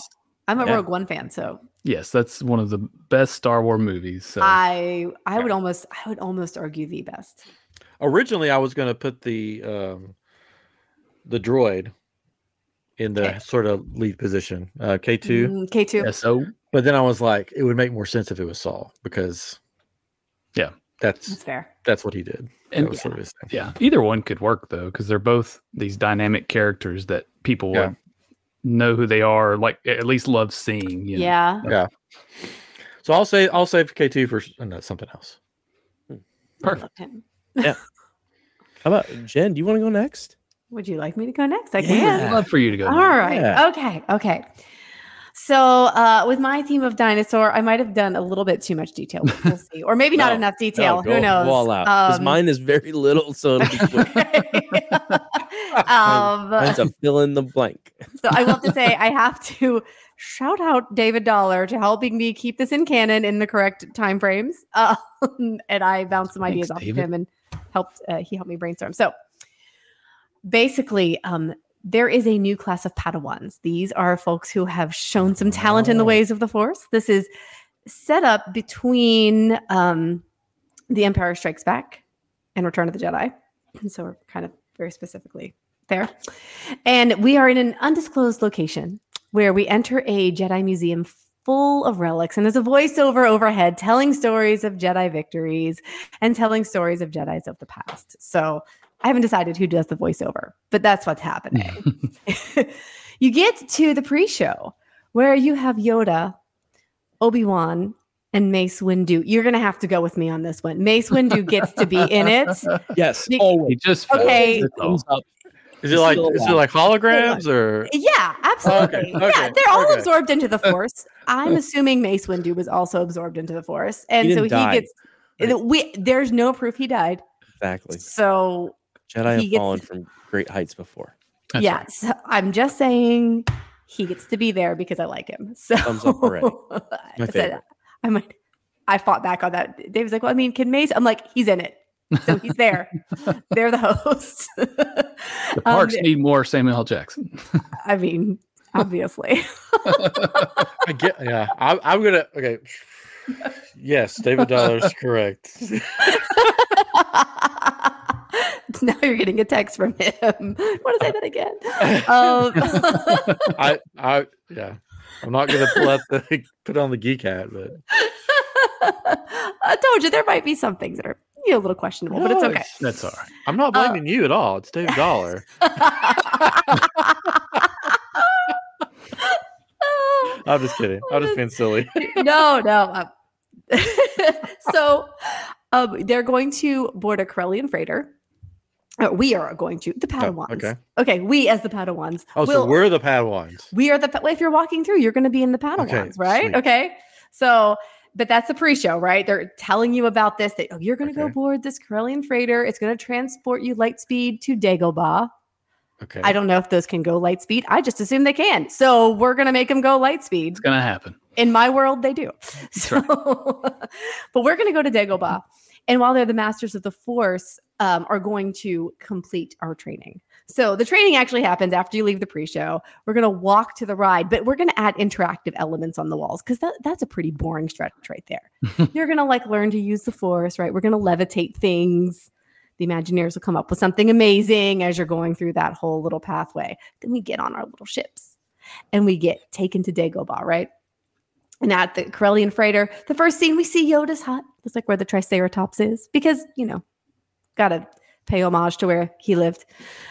Speaker 4: I'm a
Speaker 3: Yeah.
Speaker 4: Rogue One fan, so
Speaker 2: Yes, that's one of the best Star Wars movies. So
Speaker 4: I I would
Speaker 2: Okay.
Speaker 4: almost I would almost argue the best.
Speaker 1: Originally, I was going to put the um, the droid in the
Speaker 4: Okay.
Speaker 1: sort of lead position, uh, K two.
Speaker 4: Mm, K two.
Speaker 2: yeah, so
Speaker 1: But then I was like, it would make more sense if it was Saul because,
Speaker 2: Yeah.
Speaker 1: that's
Speaker 4: That's fair.
Speaker 1: that's what he did. That
Speaker 2: and
Speaker 1: was sort of his thing.
Speaker 2: yeah, either one could work though because they're both these dynamic characters that people
Speaker 1: Yeah.
Speaker 2: would know who they are, like at least love seeing. You know?
Speaker 4: Yeah.
Speaker 1: So I'll say I'll save K two for s- uh, no, something else.
Speaker 2: perfect.
Speaker 4: Okay.
Speaker 3: How about Jen? Do you want to go next?
Speaker 4: Would you like me to go next? I
Speaker 3: Yeah.
Speaker 4: can.
Speaker 2: I'd love for you to go.
Speaker 4: All
Speaker 2: next.
Speaker 4: right.
Speaker 3: Yeah.
Speaker 4: Okay. Okay. So, uh, with my theme of dinosaur, I might have done a little bit too much detail. but We'll see, or maybe not
Speaker 3: No,
Speaker 4: enough detail.
Speaker 3: go
Speaker 4: Who knows?
Speaker 3: All out. 'Cause
Speaker 4: Um,
Speaker 3: mine is very little, so it'll be quick.
Speaker 4: um,
Speaker 3: mine's a fill in the blank.
Speaker 4: so I will have to say I have to shout out David Dollar to helping me keep this in canon in the correct time frames. Um, and I bounced some ideas
Speaker 2: Thanks,
Speaker 4: off
Speaker 2: David.
Speaker 4: of him and helped uh, he helped me brainstorm. So basically, um, there is a new class of Padawans. These are folks who have shown some talent in the
Speaker 3: Oh.
Speaker 4: ways of the Force. This is set up between um, The Empire Strikes Back and Return of the Jedi. And so we're kind of very specifically there. And we are in an undisclosed location where we enter a Jedi museum full of relics. And there's a voiceover overhead telling stories of Jedi victories and telling stories of Jedi's of the past. So I haven't decided who does the voiceover, but that's what's happening. you get to the pre show where you have Yoda, Obi Wan, and Mace Windu. You're going to have to go with me on this one. Mace Windu gets to be in it.
Speaker 3: Yes.
Speaker 4: Nick-
Speaker 2: He
Speaker 3: Always.
Speaker 2: just fell.
Speaker 4: Okay. Um,
Speaker 2: That's all.
Speaker 3: Thumbs up.
Speaker 1: Is it like
Speaker 3: Still
Speaker 1: is it
Speaker 3: alive.
Speaker 1: like holograms or
Speaker 4: Yeah, absolutely. Yeah,
Speaker 1: okay,
Speaker 4: they're all
Speaker 1: okay.
Speaker 4: absorbed into the force. I'm assuming Mace Windu was also absorbed into the force, and so
Speaker 3: didn't
Speaker 4: he
Speaker 3: die,
Speaker 4: gets.
Speaker 3: right?
Speaker 4: We, there's no proof he died.
Speaker 3: Exactly.
Speaker 4: So
Speaker 3: Jedi
Speaker 4: He
Speaker 3: have
Speaker 4: gets-
Speaker 3: fallen from great heights before.
Speaker 2: That's
Speaker 4: yeah,
Speaker 2: right.
Speaker 4: so I'm just saying he gets to be there because I like him. So
Speaker 3: Thumbs up already. My
Speaker 4: I said,
Speaker 3: favorite.
Speaker 4: I might. I fought back on that. Dave's like, "Well, I mean, can Mace?" I'm like, "He's in it, so he's there. They're the hosts."
Speaker 2: The
Speaker 4: Um,
Speaker 2: parks need more Samuel L. Jackson.
Speaker 4: I mean, obviously.
Speaker 1: I get yeah. I, I'm gonna okay. Yes, David Dollar's correct.
Speaker 4: now you're getting a text from him. Want to say that again? Um,
Speaker 1: I I yeah. I'm not gonna pull out the put on the geek hat, but
Speaker 4: I told you there might be some things that are you know, a little questionable, but it's
Speaker 1: No,
Speaker 4: okay.
Speaker 2: That's all right.
Speaker 1: I'm not
Speaker 4: Uh,
Speaker 1: blaming you at all. It's David Dollar.
Speaker 4: Ah.
Speaker 1: I'm just kidding. I'm just being silly.
Speaker 4: no, no. um, so um, they're going to board a Corellian freighter. Uh, we are going to the Padawans.
Speaker 1: Oh, okay.
Speaker 4: Okay. We as the Padawans.
Speaker 1: Oh, so
Speaker 4: will-
Speaker 1: we're the Padawans.
Speaker 4: we are the pa- well, if you're walking through, you're going to be in the Padawans,
Speaker 1: Okay,
Speaker 4: right?
Speaker 1: sweet.
Speaker 4: Okay. So, but that's the pre-show, right? They're telling you about this that oh, you're going to
Speaker 1: Okay.
Speaker 4: go board this Corellian freighter. It's going to transport you light speed to Dagobah.
Speaker 1: Okay.
Speaker 4: I don't know if those can go light speed. I just assume they can. So we're going to make them go light speed.
Speaker 2: It's gonna happen.
Speaker 4: In my world, they do. So, but we're going to go to Dagobah. And while they're the masters of the force, um, are going to complete our training. So the training actually happens after you leave the pre-show. We're going to walk to the ride, but we're going to add interactive elements on the walls because that, that's a pretty boring stretch right there. You're going to like learn to use the force, right? We're going to levitate things. The Imagineers will come up with something amazing as you're going through that whole little pathway. Then we get on our little ships and we get taken to Dagobah, right? and at the Corellian freighter, the first scene we see Yoda's hut. That's like where the Triceratops is, because you know, gotta pay homage to where he lived.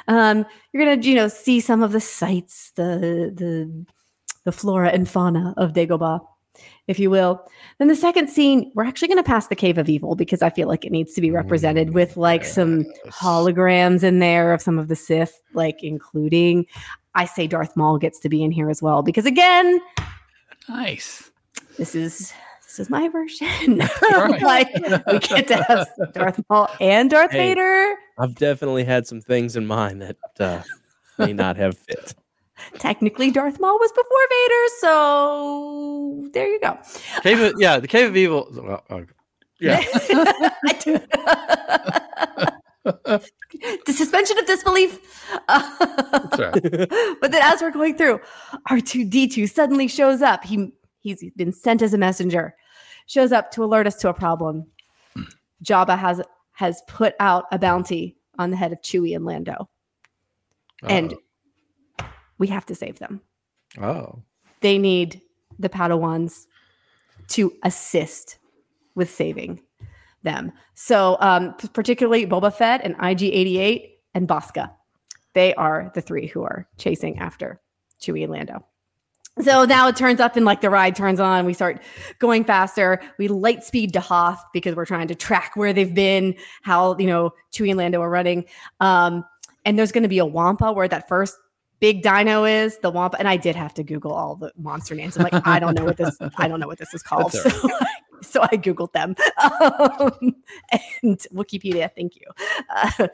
Speaker 4: Um, you're gonna, you know, see some of the sights, the the the flora and fauna of Dagobah, if you will. Then the second scene, we're actually gonna pass the Cave of Evil because I feel like it needs to be represented
Speaker 1: Mm,
Speaker 4: with like some
Speaker 1: Yes.
Speaker 4: holograms in there of some of the Sith, like including. I say Darth Maul gets to be in here as well because again,
Speaker 2: Nice.
Speaker 4: this is this is my version.
Speaker 2: Right.
Speaker 4: like we get to have Darth Maul and Darth
Speaker 3: Hey.
Speaker 4: Vader.
Speaker 3: I've definitely had some things in mind that uh, may not have fit.
Speaker 4: Technically, Darth Maul was before Vader, so there you go.
Speaker 1: Cave of, yeah, the Cave of Evil. Well, uh,
Speaker 2: Yeah.
Speaker 4: the suspension of disbelief.
Speaker 2: That's right.
Speaker 4: but then as we're going through, R2D2 suddenly shows up. He he's been sent as a messenger, shows up to alert us to a problem. Jabba has has put out a bounty on the head of Chewie and Lando, and we have to save them.
Speaker 1: oh,
Speaker 4: They need the Padawans to assist with saving them. So um, p- particularly Boba Fett and IG88 and Bosca. They are the three who are chasing after Chewie and Lando. So now it turns up and like the ride turns on. We start going faster. We light speed to Hoth because we're trying to track where they've been, how, you know, Chewie and Lando are running. Um, and there's going to be a Wampa where that first big dino is, the Wampa. And I did have to Google all the monster names. I'm like, I don't know what this, I don't know what this is called.
Speaker 2: That's
Speaker 4: So, so I Googled them. Um, and Wikipedia, thank you, uh,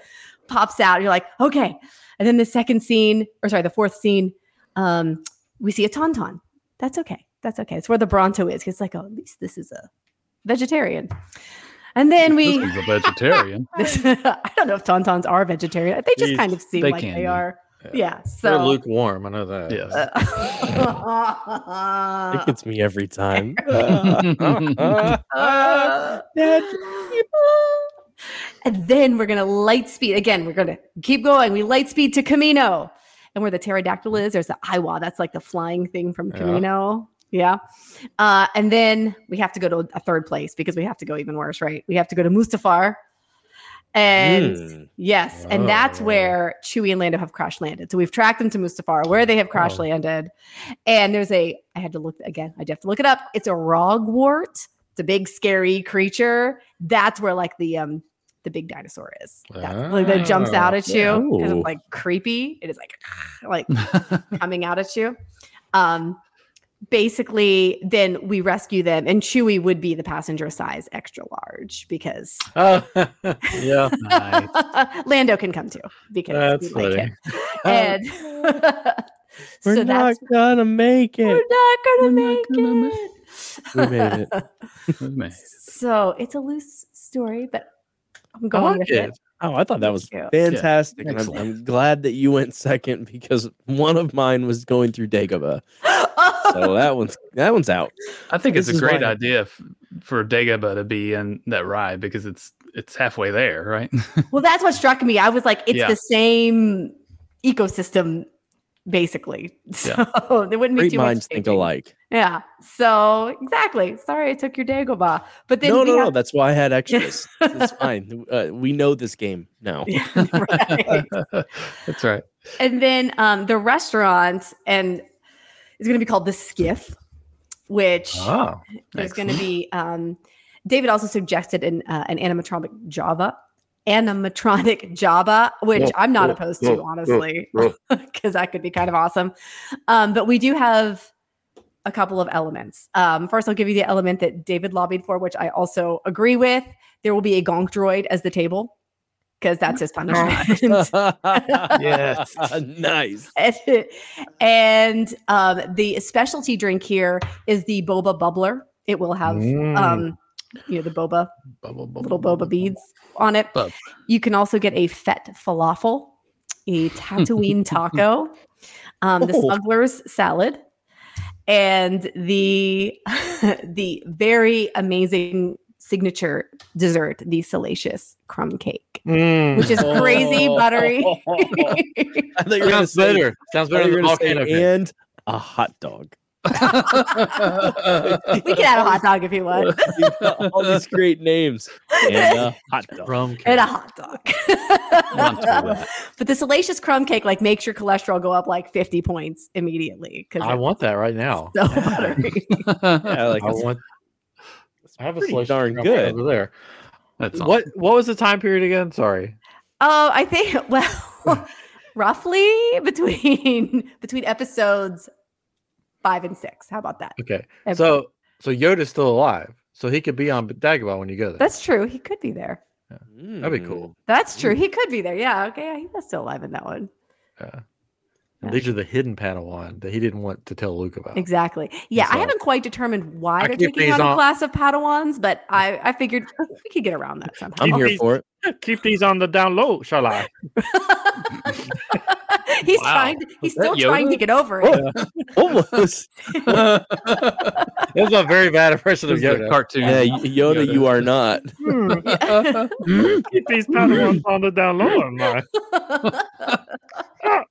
Speaker 4: pops out. You're like, okay. And then the second scene, or sorry, the fourth scene, um, we see a tauntaun. That's okay. That's okay. It's where the Bronto is. It's like, oh, at least this is a vegetarian. And then we,
Speaker 2: He's a vegetarian.
Speaker 4: this, I don't know if tauntauns are vegetarian. They just
Speaker 1: You-
Speaker 4: kind of seem
Speaker 2: they
Speaker 4: like
Speaker 2: can
Speaker 4: they
Speaker 2: be.
Speaker 1: Yeah.
Speaker 4: are. Yeah.
Speaker 1: they're
Speaker 4: so.
Speaker 1: lukewarm. I know that.
Speaker 2: Yes.
Speaker 3: It
Speaker 4: Uh,
Speaker 3: gets me every time. Uh,
Speaker 4: and then we're gonna light speed again. We're gonna keep going. We light speed to Camino, and where the pterodactyl is, there's the Iwa. That's like the flying thing from
Speaker 1: Yeah.
Speaker 4: Camino. Yeah. Uh, and then we have to go to a third place because we have to go even worse, right? We have to go to Mustafar. And
Speaker 3: Mm.
Speaker 4: yes, and that's
Speaker 1: Oh.
Speaker 4: where Chewie and Lando have crash landed. So we've tracked them to Mustafar, where they have crash
Speaker 1: Oh.
Speaker 4: landed. And there's a, I had to look again, I did have to look it up. It's a rogwart. It's a big scary creature. That's where like the um the big dinosaur is. That's like,
Speaker 1: Ah,
Speaker 4: that jumps out at you because
Speaker 3: Oh.
Speaker 4: it's like creepy. It is like like coming out at you. Um, basically, then we rescue them, and Chewie would be the passenger size extra large because
Speaker 1: Oh, yeah.
Speaker 2: Nice.
Speaker 4: Lando can come too because
Speaker 1: That's
Speaker 4: we like
Speaker 1: funny.
Speaker 4: him. And
Speaker 3: We're
Speaker 4: so
Speaker 3: not
Speaker 4: that's
Speaker 3: gonna make
Speaker 4: we're
Speaker 3: it.
Speaker 4: not gonna
Speaker 2: We're
Speaker 4: make
Speaker 2: not gonna
Speaker 4: it.
Speaker 3: We made it.
Speaker 2: Man.
Speaker 4: so it's a loose story, but I'm
Speaker 1: I
Speaker 4: going
Speaker 1: like
Speaker 4: with
Speaker 1: it.
Speaker 4: it.
Speaker 3: Oh, I thought that was
Speaker 4: Thank you.
Speaker 3: fantastic. and I'm,
Speaker 2: Excellent.
Speaker 3: I'm glad that you went second because one of mine was going through Dagobah.
Speaker 4: Oh,
Speaker 3: So that one's that one's out.
Speaker 2: I think
Speaker 3: This
Speaker 2: it's a
Speaker 3: is
Speaker 2: great
Speaker 3: why-
Speaker 2: idea f- for Dagobah to be in that ride because it's it's halfway there, right?
Speaker 4: Well, that's what struck me. I was like, it's
Speaker 2: Yeah.
Speaker 4: the same ecosystem, basically. So there wouldn't be
Speaker 3: Great
Speaker 4: too much
Speaker 3: minds think
Speaker 4: changing.
Speaker 3: alike.
Speaker 4: Yeah. So exactly. Sorry, I took your Dagobah, but then
Speaker 3: no,
Speaker 4: we
Speaker 3: no, no.
Speaker 4: have-
Speaker 3: That's why I had extras. it's fine. Uh, we know this game now.
Speaker 4: Right.
Speaker 2: That's right.
Speaker 4: and then um, the restaurant and it's going to be called the Skiff, which
Speaker 1: Oh,
Speaker 4: there's going to be. Um, David also suggested an uh, an animatronic Java, animatronic Java, which
Speaker 1: Yeah,
Speaker 4: I'm not
Speaker 1: yeah,
Speaker 4: opposed
Speaker 1: yeah,
Speaker 4: to,
Speaker 1: yeah,
Speaker 4: honestly.
Speaker 1: yeah.
Speaker 4: because that could be kind of awesome. Um, but we do have a couple of elements. Um, first, I'll give you the element that David lobbied for, which I also agree with. There will be a gonk droid as the table because that's his punishment.
Speaker 2: Yes.
Speaker 3: nice.
Speaker 4: and um, the specialty drink here is the boba bubbler. It will have,
Speaker 1: Mm.
Speaker 4: um, you know, the boba
Speaker 2: Bubble, bubble,
Speaker 4: little boba beads on it.
Speaker 2: Bub.
Speaker 4: You can also get a fet falafel, a Tatooine taco, um, the
Speaker 3: Oh.
Speaker 4: smuggler's salad, and the the very amazing signature dessert, the salacious crumb cake,
Speaker 1: Hmm.
Speaker 4: which is crazy buttery.
Speaker 3: I thought you were gonna
Speaker 1: sounds
Speaker 3: say-
Speaker 1: better. Sounds
Speaker 3: I thought
Speaker 1: better
Speaker 3: you
Speaker 1: than the
Speaker 3: were gonna say,
Speaker 1: volcano. cake.
Speaker 3: and a hot dog.
Speaker 4: we can add a hot dog if you want,
Speaker 3: All these great names. And a hot dog.
Speaker 1: Rum
Speaker 4: and a
Speaker 1: cake.
Speaker 4: hot
Speaker 2: Want to
Speaker 4: dog.
Speaker 2: that.
Speaker 4: But the salacious crumb cake like makes your cholesterol go up like 50 points immediately because
Speaker 1: I want that right now.
Speaker 4: so buttery.
Speaker 3: Yeah, like
Speaker 1: I want. I have a
Speaker 3: pretty
Speaker 1: slice.
Speaker 3: darn
Speaker 1: of
Speaker 3: good.
Speaker 1: over there.
Speaker 2: That's awesome.
Speaker 1: What What was the time period again? Sorry.
Speaker 4: Oh, I think well, roughly between between episodes five and six. How about that?
Speaker 1: Okay.
Speaker 4: Ev-
Speaker 1: Mm, So so Yoda's still alive, so he could be on Dagobah when you go there.
Speaker 4: that's true. He could be there.
Speaker 1: that'd be cool.
Speaker 3: hmm,
Speaker 1: Mm.
Speaker 4: That's true. He could be there. Yeah. Okay. He was still alive in that one.
Speaker 1: Yeah. And These are the hidden Padawan that he didn't want to tell Luke about.
Speaker 4: Exactly. Yeah, I
Speaker 1: So-
Speaker 4: haven't quite determined why
Speaker 1: Oh, I
Speaker 4: they're
Speaker 1: keep
Speaker 4: taking
Speaker 1: these
Speaker 4: on a
Speaker 1: on-
Speaker 4: class of Padawans, but I, I figured we could get around that somehow.
Speaker 3: I'm
Speaker 1: Keep
Speaker 3: here
Speaker 1: these-
Speaker 3: for it.
Speaker 1: Keep these on the down low, shall I?
Speaker 4: he's
Speaker 2: Wow.
Speaker 4: trying. To,
Speaker 2: Was
Speaker 4: he's
Speaker 2: that
Speaker 4: still trying to
Speaker 2: Yoda?
Speaker 4: get over it.
Speaker 3: Oh, almost.
Speaker 1: That was a very bad impression of
Speaker 2: This is a
Speaker 1: Yoda.
Speaker 2: cartoon.
Speaker 3: Yeah, y- Yoda,
Speaker 2: Yoda.
Speaker 3: you are not.
Speaker 5: Keep these Padawans on the down low, am I?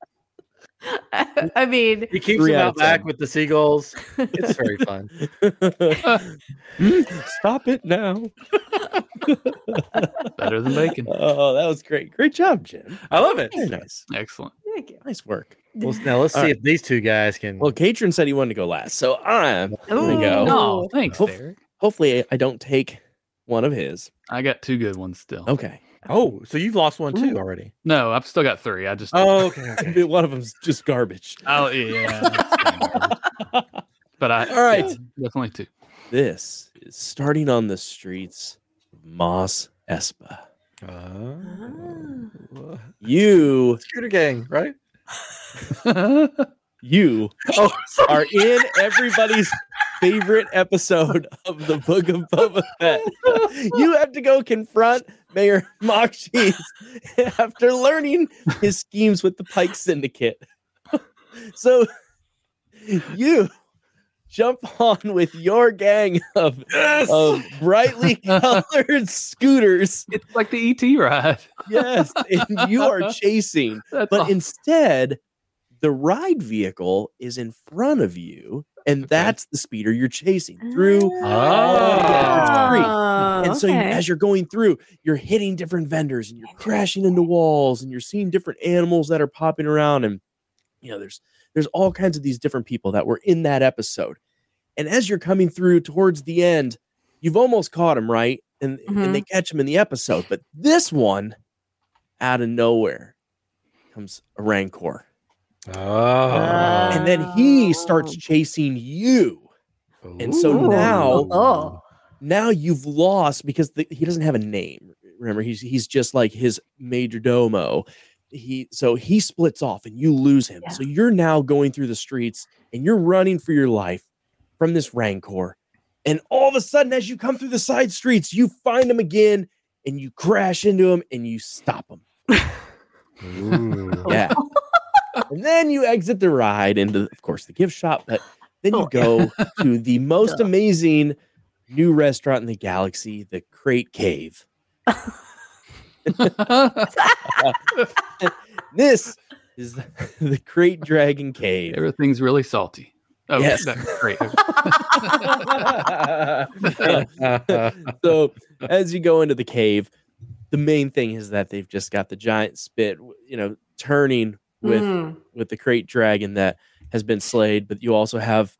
Speaker 4: I- I mean,
Speaker 1: He keeps
Speaker 3: Three
Speaker 1: them
Speaker 3: out
Speaker 1: out
Speaker 3: of ten.
Speaker 1: back with the seagulls. It's very fun.
Speaker 3: Stop it now.
Speaker 2: Better than bacon.
Speaker 3: Oh, that was great. Great job, Jim.
Speaker 1: I love it.
Speaker 3: Very nice.
Speaker 2: Excellent.
Speaker 4: thank you.
Speaker 3: Nice work.
Speaker 1: Well, now let's
Speaker 3: All
Speaker 1: see if these two guys can.
Speaker 3: Well, Katrin said he wanted to go last, so I'm. There we
Speaker 4: Ooh.
Speaker 3: go.
Speaker 2: No, Oh, thanks,
Speaker 3: Hopef-
Speaker 2: Derek.
Speaker 3: Hopefully, I don't take one of his.
Speaker 2: I got two good ones still.
Speaker 3: Okay.
Speaker 1: oh, so you've lost one too already.
Speaker 2: No, I've still got three. I just.
Speaker 1: Oh, okay. okay.
Speaker 3: One of them's just garbage.
Speaker 2: Oh yeah. but I.
Speaker 3: All right.
Speaker 2: yeah, definitely two.
Speaker 3: This is starting on the streets of Moss Espa.
Speaker 1: Uh,
Speaker 3: You,
Speaker 1: Uh-huh. Scooter gang, right?
Speaker 3: you
Speaker 1: Oh, sorry.
Speaker 3: are in everybody's favorite episode of the Book of Boba Fett. You have to go confront Mayor Moxie after learning his schemes with the Pike Syndicate. So you jump on with your gang of,
Speaker 2: Uh,
Speaker 3: of brightly colored scooters.
Speaker 2: It's like the ET ride.
Speaker 3: Yes, and you are chasing
Speaker 2: That's
Speaker 3: but
Speaker 2: awesome.
Speaker 3: instead the ride vehicle is in front of you and that's the speeder you're chasing through
Speaker 4: Ah,
Speaker 3: and so you,
Speaker 4: Oh, okay.
Speaker 3: as you're going through you're hitting different vendors and you're crashing into walls and you're seeing different animals that are popping around and you know there's there's all kinds of these different people that were in that episode and as you're coming through towards the end you've almost caught him right and
Speaker 4: Mhm.
Speaker 3: and they catch him in the episode but this one out of nowhere comes a rancor
Speaker 1: Oh. Ah.
Speaker 3: and then he starts chasing you. and so now-
Speaker 1: Uh-huh.
Speaker 4: Oh.
Speaker 3: Now you've lost because the, he doesn't have a name. Remember, he's he's just like his major domo. He so he splits off and you lose him.
Speaker 4: Yeah.
Speaker 3: So you're now going through the streets and you're running for your life from this rancor. And all of a sudden, as you come through the side streets, you find him again and you crash into him and you stop him.
Speaker 1: Ooh.
Speaker 3: Yeah. and then you exit the ride into, of course, the gift shop, but then you
Speaker 4: Oh,
Speaker 3: go to the most amazing new restaurant in the galaxy, the Crate Cave. This is the, the Crate Dragon Cave.
Speaker 2: Everything's really salty. Oh,
Speaker 3: Yes.
Speaker 2: that's great.
Speaker 3: so as you go into the cave, the main thing is that they've just got the giant spit, you know, turning with
Speaker 4: Mm.
Speaker 3: with the crate dragon that has been slayed, but you also have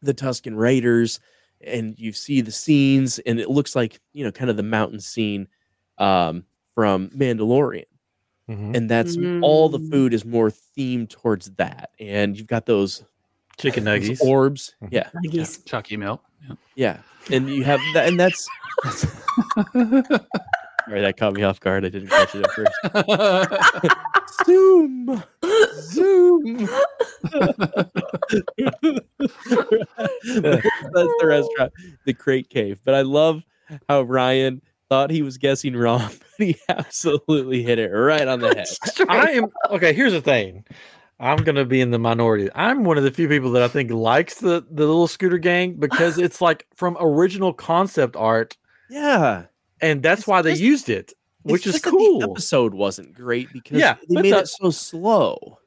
Speaker 3: the Tuscan Raiders, and you see the scenes, and it looks like you know kind of the mountain scene um, from Mandalorian,
Speaker 1: Mhm.
Speaker 3: and that's all the
Speaker 4: Mm.
Speaker 3: food is more themed towards that, and you've got those
Speaker 1: Chicken
Speaker 3: those
Speaker 1: nuggies.
Speaker 3: orbs,
Speaker 1: Mhm.
Speaker 3: yeah,
Speaker 4: Nuggies.
Speaker 2: Chucky milk. Yeah.
Speaker 3: yeah, and you have that, and that's. Sorry, that caught me off guard. I didn't catch it at first. Zoom, zoom. That's the restaurant, the Crate Cave. But I love how Ryan thought he was guessing wrong, but he absolutely hit it right on the head.
Speaker 1: I am okay. Here's the thing. I'm gonna be in the minority. I'm one of the few people that I think likes the the little scooter gang because it's like from original concept art,
Speaker 3: Yeah,
Speaker 1: and that's
Speaker 3: It's
Speaker 1: why they
Speaker 3: just-
Speaker 1: used it, which
Speaker 3: It's
Speaker 1: is
Speaker 3: just that the
Speaker 1: cool.
Speaker 3: episode wasn't great because
Speaker 1: Yeah,
Speaker 3: they
Speaker 1: but
Speaker 3: made
Speaker 1: the-
Speaker 3: it so slow.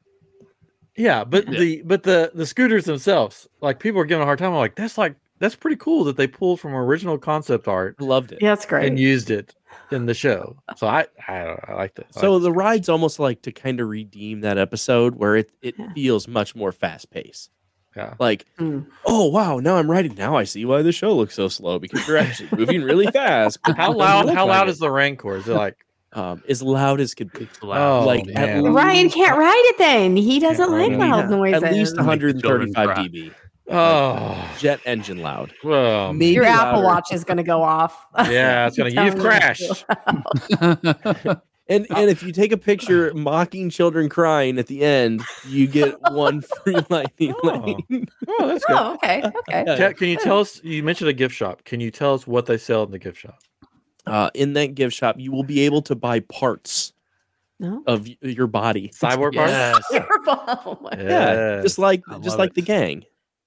Speaker 1: Yeah, but
Speaker 2: Yeah.
Speaker 1: the but the the scooters themselves, like people are giving a hard time. I'm like, that's like that's pretty cool that they pulled from original concept art
Speaker 3: I loved it.
Speaker 4: Yeah, that's great.
Speaker 1: and used it in the show. So I I, don't know, I like that. I
Speaker 3: So
Speaker 1: like
Speaker 3: the ride's almost like to kind of redeem that episode where it, it
Speaker 4: Yeah.
Speaker 3: feels much more fast paced.
Speaker 1: Yeah.
Speaker 3: Like,
Speaker 4: Mm.
Speaker 3: oh wow, now I'm riding. Now I see why the show looks so slow because you're actually moving really fast.
Speaker 1: that. how loud how loud is the rancor? Is it like
Speaker 3: um as loud as could be.
Speaker 2: It's loud.
Speaker 1: Oh,
Speaker 3: like
Speaker 1: man.
Speaker 3: at
Speaker 4: Ryan
Speaker 3: least-
Speaker 4: can't ride it then. He doesn't
Speaker 1: ride
Speaker 4: like
Speaker 1: it.
Speaker 4: loud noises.
Speaker 3: At least
Speaker 2: Make the children
Speaker 3: 135
Speaker 2: cry.
Speaker 3: dB.
Speaker 1: oh
Speaker 3: Jet engine loud.
Speaker 1: well
Speaker 3: Maybe
Speaker 4: Your
Speaker 3: louder.
Speaker 4: Apple Watch is going to go off.
Speaker 1: yeah it's gonna
Speaker 4: Telling
Speaker 1: you've
Speaker 4: you.
Speaker 1: crashed.
Speaker 3: And and if you take a picture mocking children crying at the end, you get one free lightning
Speaker 1: Oh.
Speaker 3: lane.
Speaker 1: Oh, that's good.
Speaker 4: Oh, okay. Okay.
Speaker 3: Yeah.
Speaker 1: Ta- Can you tell us? You mentioned a gift shop. Can you tell us what they sell in the gift shop?
Speaker 3: Uh, in that gift shop, you will be able to buy parts
Speaker 4: No.
Speaker 3: of y- your body.
Speaker 1: Cyborg parts?
Speaker 2: Yes.
Speaker 4: Oh my-
Speaker 3: Yeah, just like
Speaker 2: I
Speaker 3: just
Speaker 2: love
Speaker 3: like
Speaker 2: it.
Speaker 3: the gang.